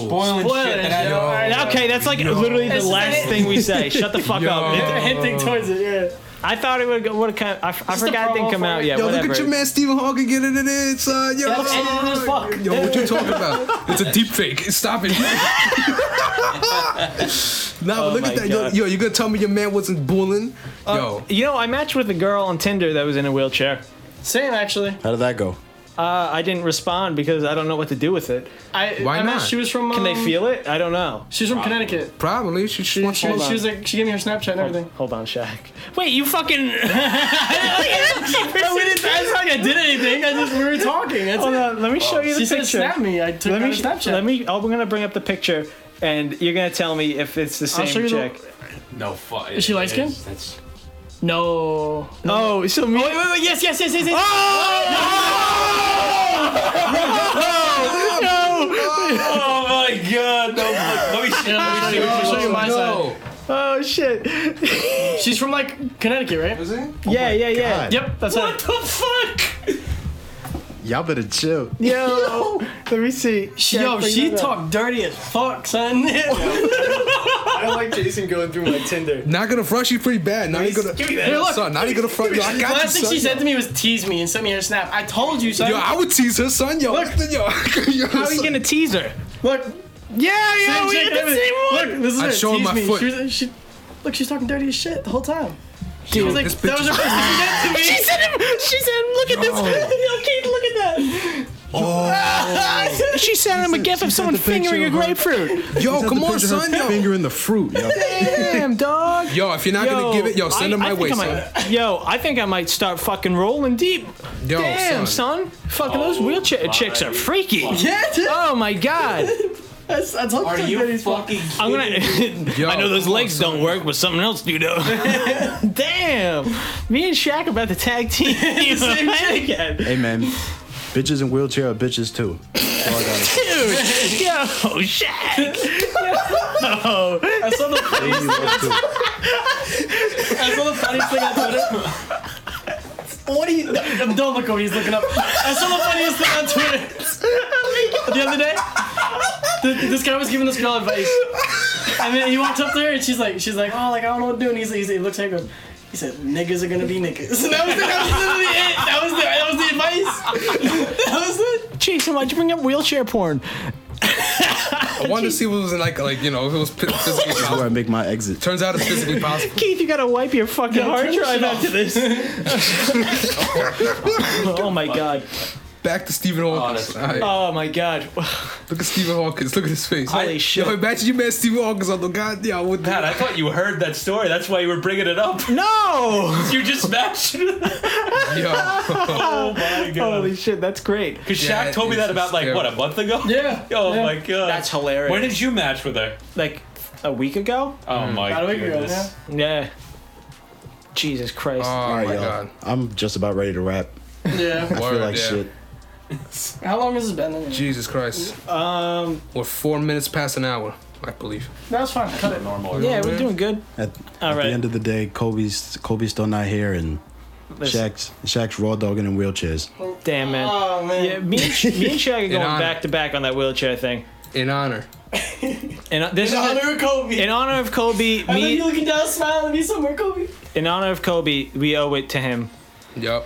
Spoiling shit
Spoilers,
that I
yo.
don't-
okay, that's like literally the
It's
last
like-
thing we say. Shut the fuck
They're
up.
Yo.
hinting towards it. Yeah.
I thought it would would come. I, I forgot it didn't
promo
come
for
out
it.
yet.
Yo,
whatever.
look at your man Stephen Hawking getting it in, son. Yo,
That's edited as fuck.
Yo, what you talking about? It's a deep fake. Stop it. nah, but look
Oh my
at that. Yo,
God. Uh,
yo, you gonna tell me your man wasn't bullying? yo,
You know, I matched with a girl on Tinder that was in a wheelchair.
Same actually.
How did that go?
Uh, I didn't respond because I don't know what to do with it.
I,
Why
I met-
not?
She was from.
Can they
um,
feel it? I don't know.
She's from Connecticut.
probably she she
She,
wants
she,
to.
she was like, she gave me her Snapchat and everything.
Hold on, Shaq. Wait, you fucking.
We didn't, that's not like I did anything. I just we were talking. That's
Hold
it.
on, Uh, let me show you the
She
picture.
said, "Snap me." I took
Let
her
me,
Snapchat.
let me. Oh, we're gonna bring up the picture, and you're gonna tell me if it's the same
show you the-
chick.
No fuck.
Is she light skinned? No.
Oh, so me.
Wait, wait, wait. Yes, yes, yes, yes. yes.
Oh my god! No, let me see. Let me see.
I'll
what
show
you
you
look
my side.
No.
Oh shit.
She's from like Connecticut, right?
Is it?
yeah, yeah, yeah.
God.
Yep, that's what
like. the fuck?
Y'all better chill.
Yo, let me see.
Yo,
Shaq, bring
she
that up.
talked dirty as fuck, son. Here,
I don't like Jason going through my Tinder.
Not gonna front. She's pretty bad. Now you gonna.
Give me that.
look.
Son, now you gonna front. Yo, I
the
got you,
last thing
son.
she said to me was tease me and sent me her snap. I told you, son.
Yo, I would tease her, son. Yo,
Look.
yo, yo
How are you gonna tease her?
look,
Yeah, yeah,
same
we
chick,
got the same one.
Look, this is
I
her.
showed
tease
my
me.
foot.
She was, she, look, she's talking dirty as shit the whole time. She was like,
this
that was her first thing she
She
said to me.
said, she said, look at this. Yo, Keith, look at that. Oh. she sent him a gif of
she sent
someone
the picture
fingering a
of her-
grapefruit.
Yo, come on,
Picture her
son. Yo.
Finger in the fruit. Yo.
Damn, dog.
Yo, if you're not gonna give it, yo, send
I-
her my
I think
way,
I
son.
might- Yo, I think I might start fucking rolling deep. Oh,
Yo,
Damn, son. Fucking those wheelchair chicks are freaky.
Yeah, dude.
Oh my god.
That's- I told
Are
you
you
dirty.
fucking?
I'm gonna. I know those
come on,
legs don't work, but something else do though. Damn. Me and Shaq about to tag team.
Same chick.
again.
Hey man, Bitches in wheelchair are bitches too. That's all I gotta say.
Yo, Shaq.
I saw the
Baby love too.
I saw the funniest thing on Twitter. What are you? No, don't look over. He's looking up. I saw the funniest thing on Twitter the other day. th- This guy was giving this girl advice, and then he walked up to her and she's like, she's like, oh, like I don't know what to do. And he's, he's, he looks at her, and goes, he said, niggas are gonna be niggas. And that was, the, that was literally it. That was the, that was the advice. That was it.
Jason, why'd you bring up wheelchair porn?
I wanted to see what was in like, like you know, if it was phys- physically
That's where I
possible.
make my exit.
Turns out it's physically possible.
Keith, you gotta wipe your fucking hard
turn the
drive
shit
after this. oh my god.
Back to Stephen Hawkins.
that's-
All right.
Oh my god.
Look at Stephen Hawkins. Look at his face.
Holy shit.
Yo, imagine you met Stephen Hawkins on the god. Yeah, I would.
Pat, I thought you heard that story. That's why you were bringing it up.
No!
You just smashed it.
Yo.
Oh my
Holy shit, that's great.
Because
Yeah,
Shaq told me
it's
that
just
about like what a month ago.
Yeah,
Oh
yeah.
my god.
That's hilarious.
When did you match with her?
like a week ago?
Oh
Mm.
my
About a week ago,
goodness.
yeah.
Yeah. Jesus Christ.
Oh
All
my
right, y'all.
god.
I'm just about ready to rap.
Yeah.
I
Word,
feel like
yeah.
shit.
How long has this been? anyway?
Jesus Christ.
um.
We're four minutes past an hour, I believe.
That's fine. Cut it.
Normal.
Yeah, we're doing good.
At,
All
at
right.
the end of the day, Kobe's Kobe's still not here, and
Listen,
Shaq's Shaq's raw dogging in wheelchairs.
Damn man.
Oh man.
yeah, me and, Sh- me and Shaq are going
honor.
back to back on that wheelchair thing.
In honor.
And uh, this
In
is a-
honor of Kobe.
in honor of Kobe.
and then you
Me
looking down, smiling at me somewhere, Kobe.
in honor of Kobe, we owe it to him
Yup.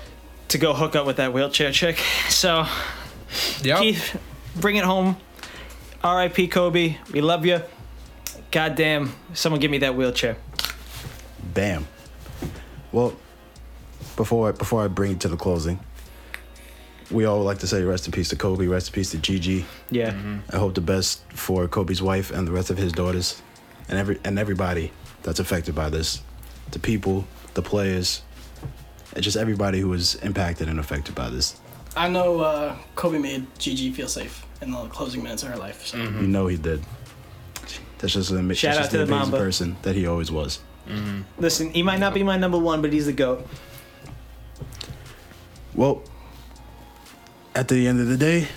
to go hook up with that wheelchair chick. So
Yup.
Keith, bring it home. R.I.P. Kobe. We love you. Goddamn, someone give me that wheelchair.
Bam. Well, before I, before I bring it to the closing, we all like to say rest in peace to Kobe, rest in peace to Gigi.
Yeah.
I hope the best for Kobe's wife and the rest of his daughters, and every and everybody that's affected by this, the people, the players, and just everybody who was impacted and affected by this.
I know uh, Kobe made Gigi feel safe in the closing minutes of her life. So.
You know he did. That's just an ama-
Shout
that's
out
just
to
the
the
amazing
Mamba.
person that he always was.
Listen, he might not be my number one, but he's the goat.
Well, at the end of the day,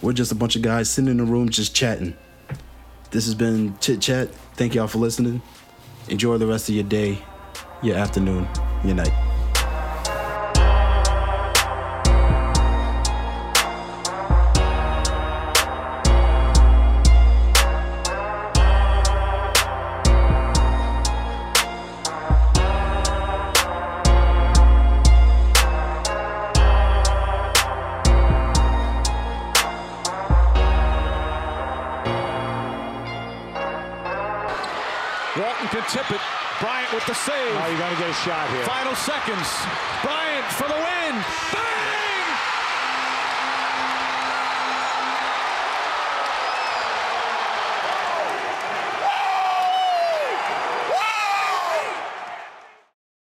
we're just a bunch of guys sitting in a room just chatting. This has been Chit Chat. Thank y'all for listening. Enjoy the rest of your day, your afternoon, your night.
Walton can tip it. Bryant with the save. Oh, you're going to get a shot here. Final seconds. Bryant for the win. Bang!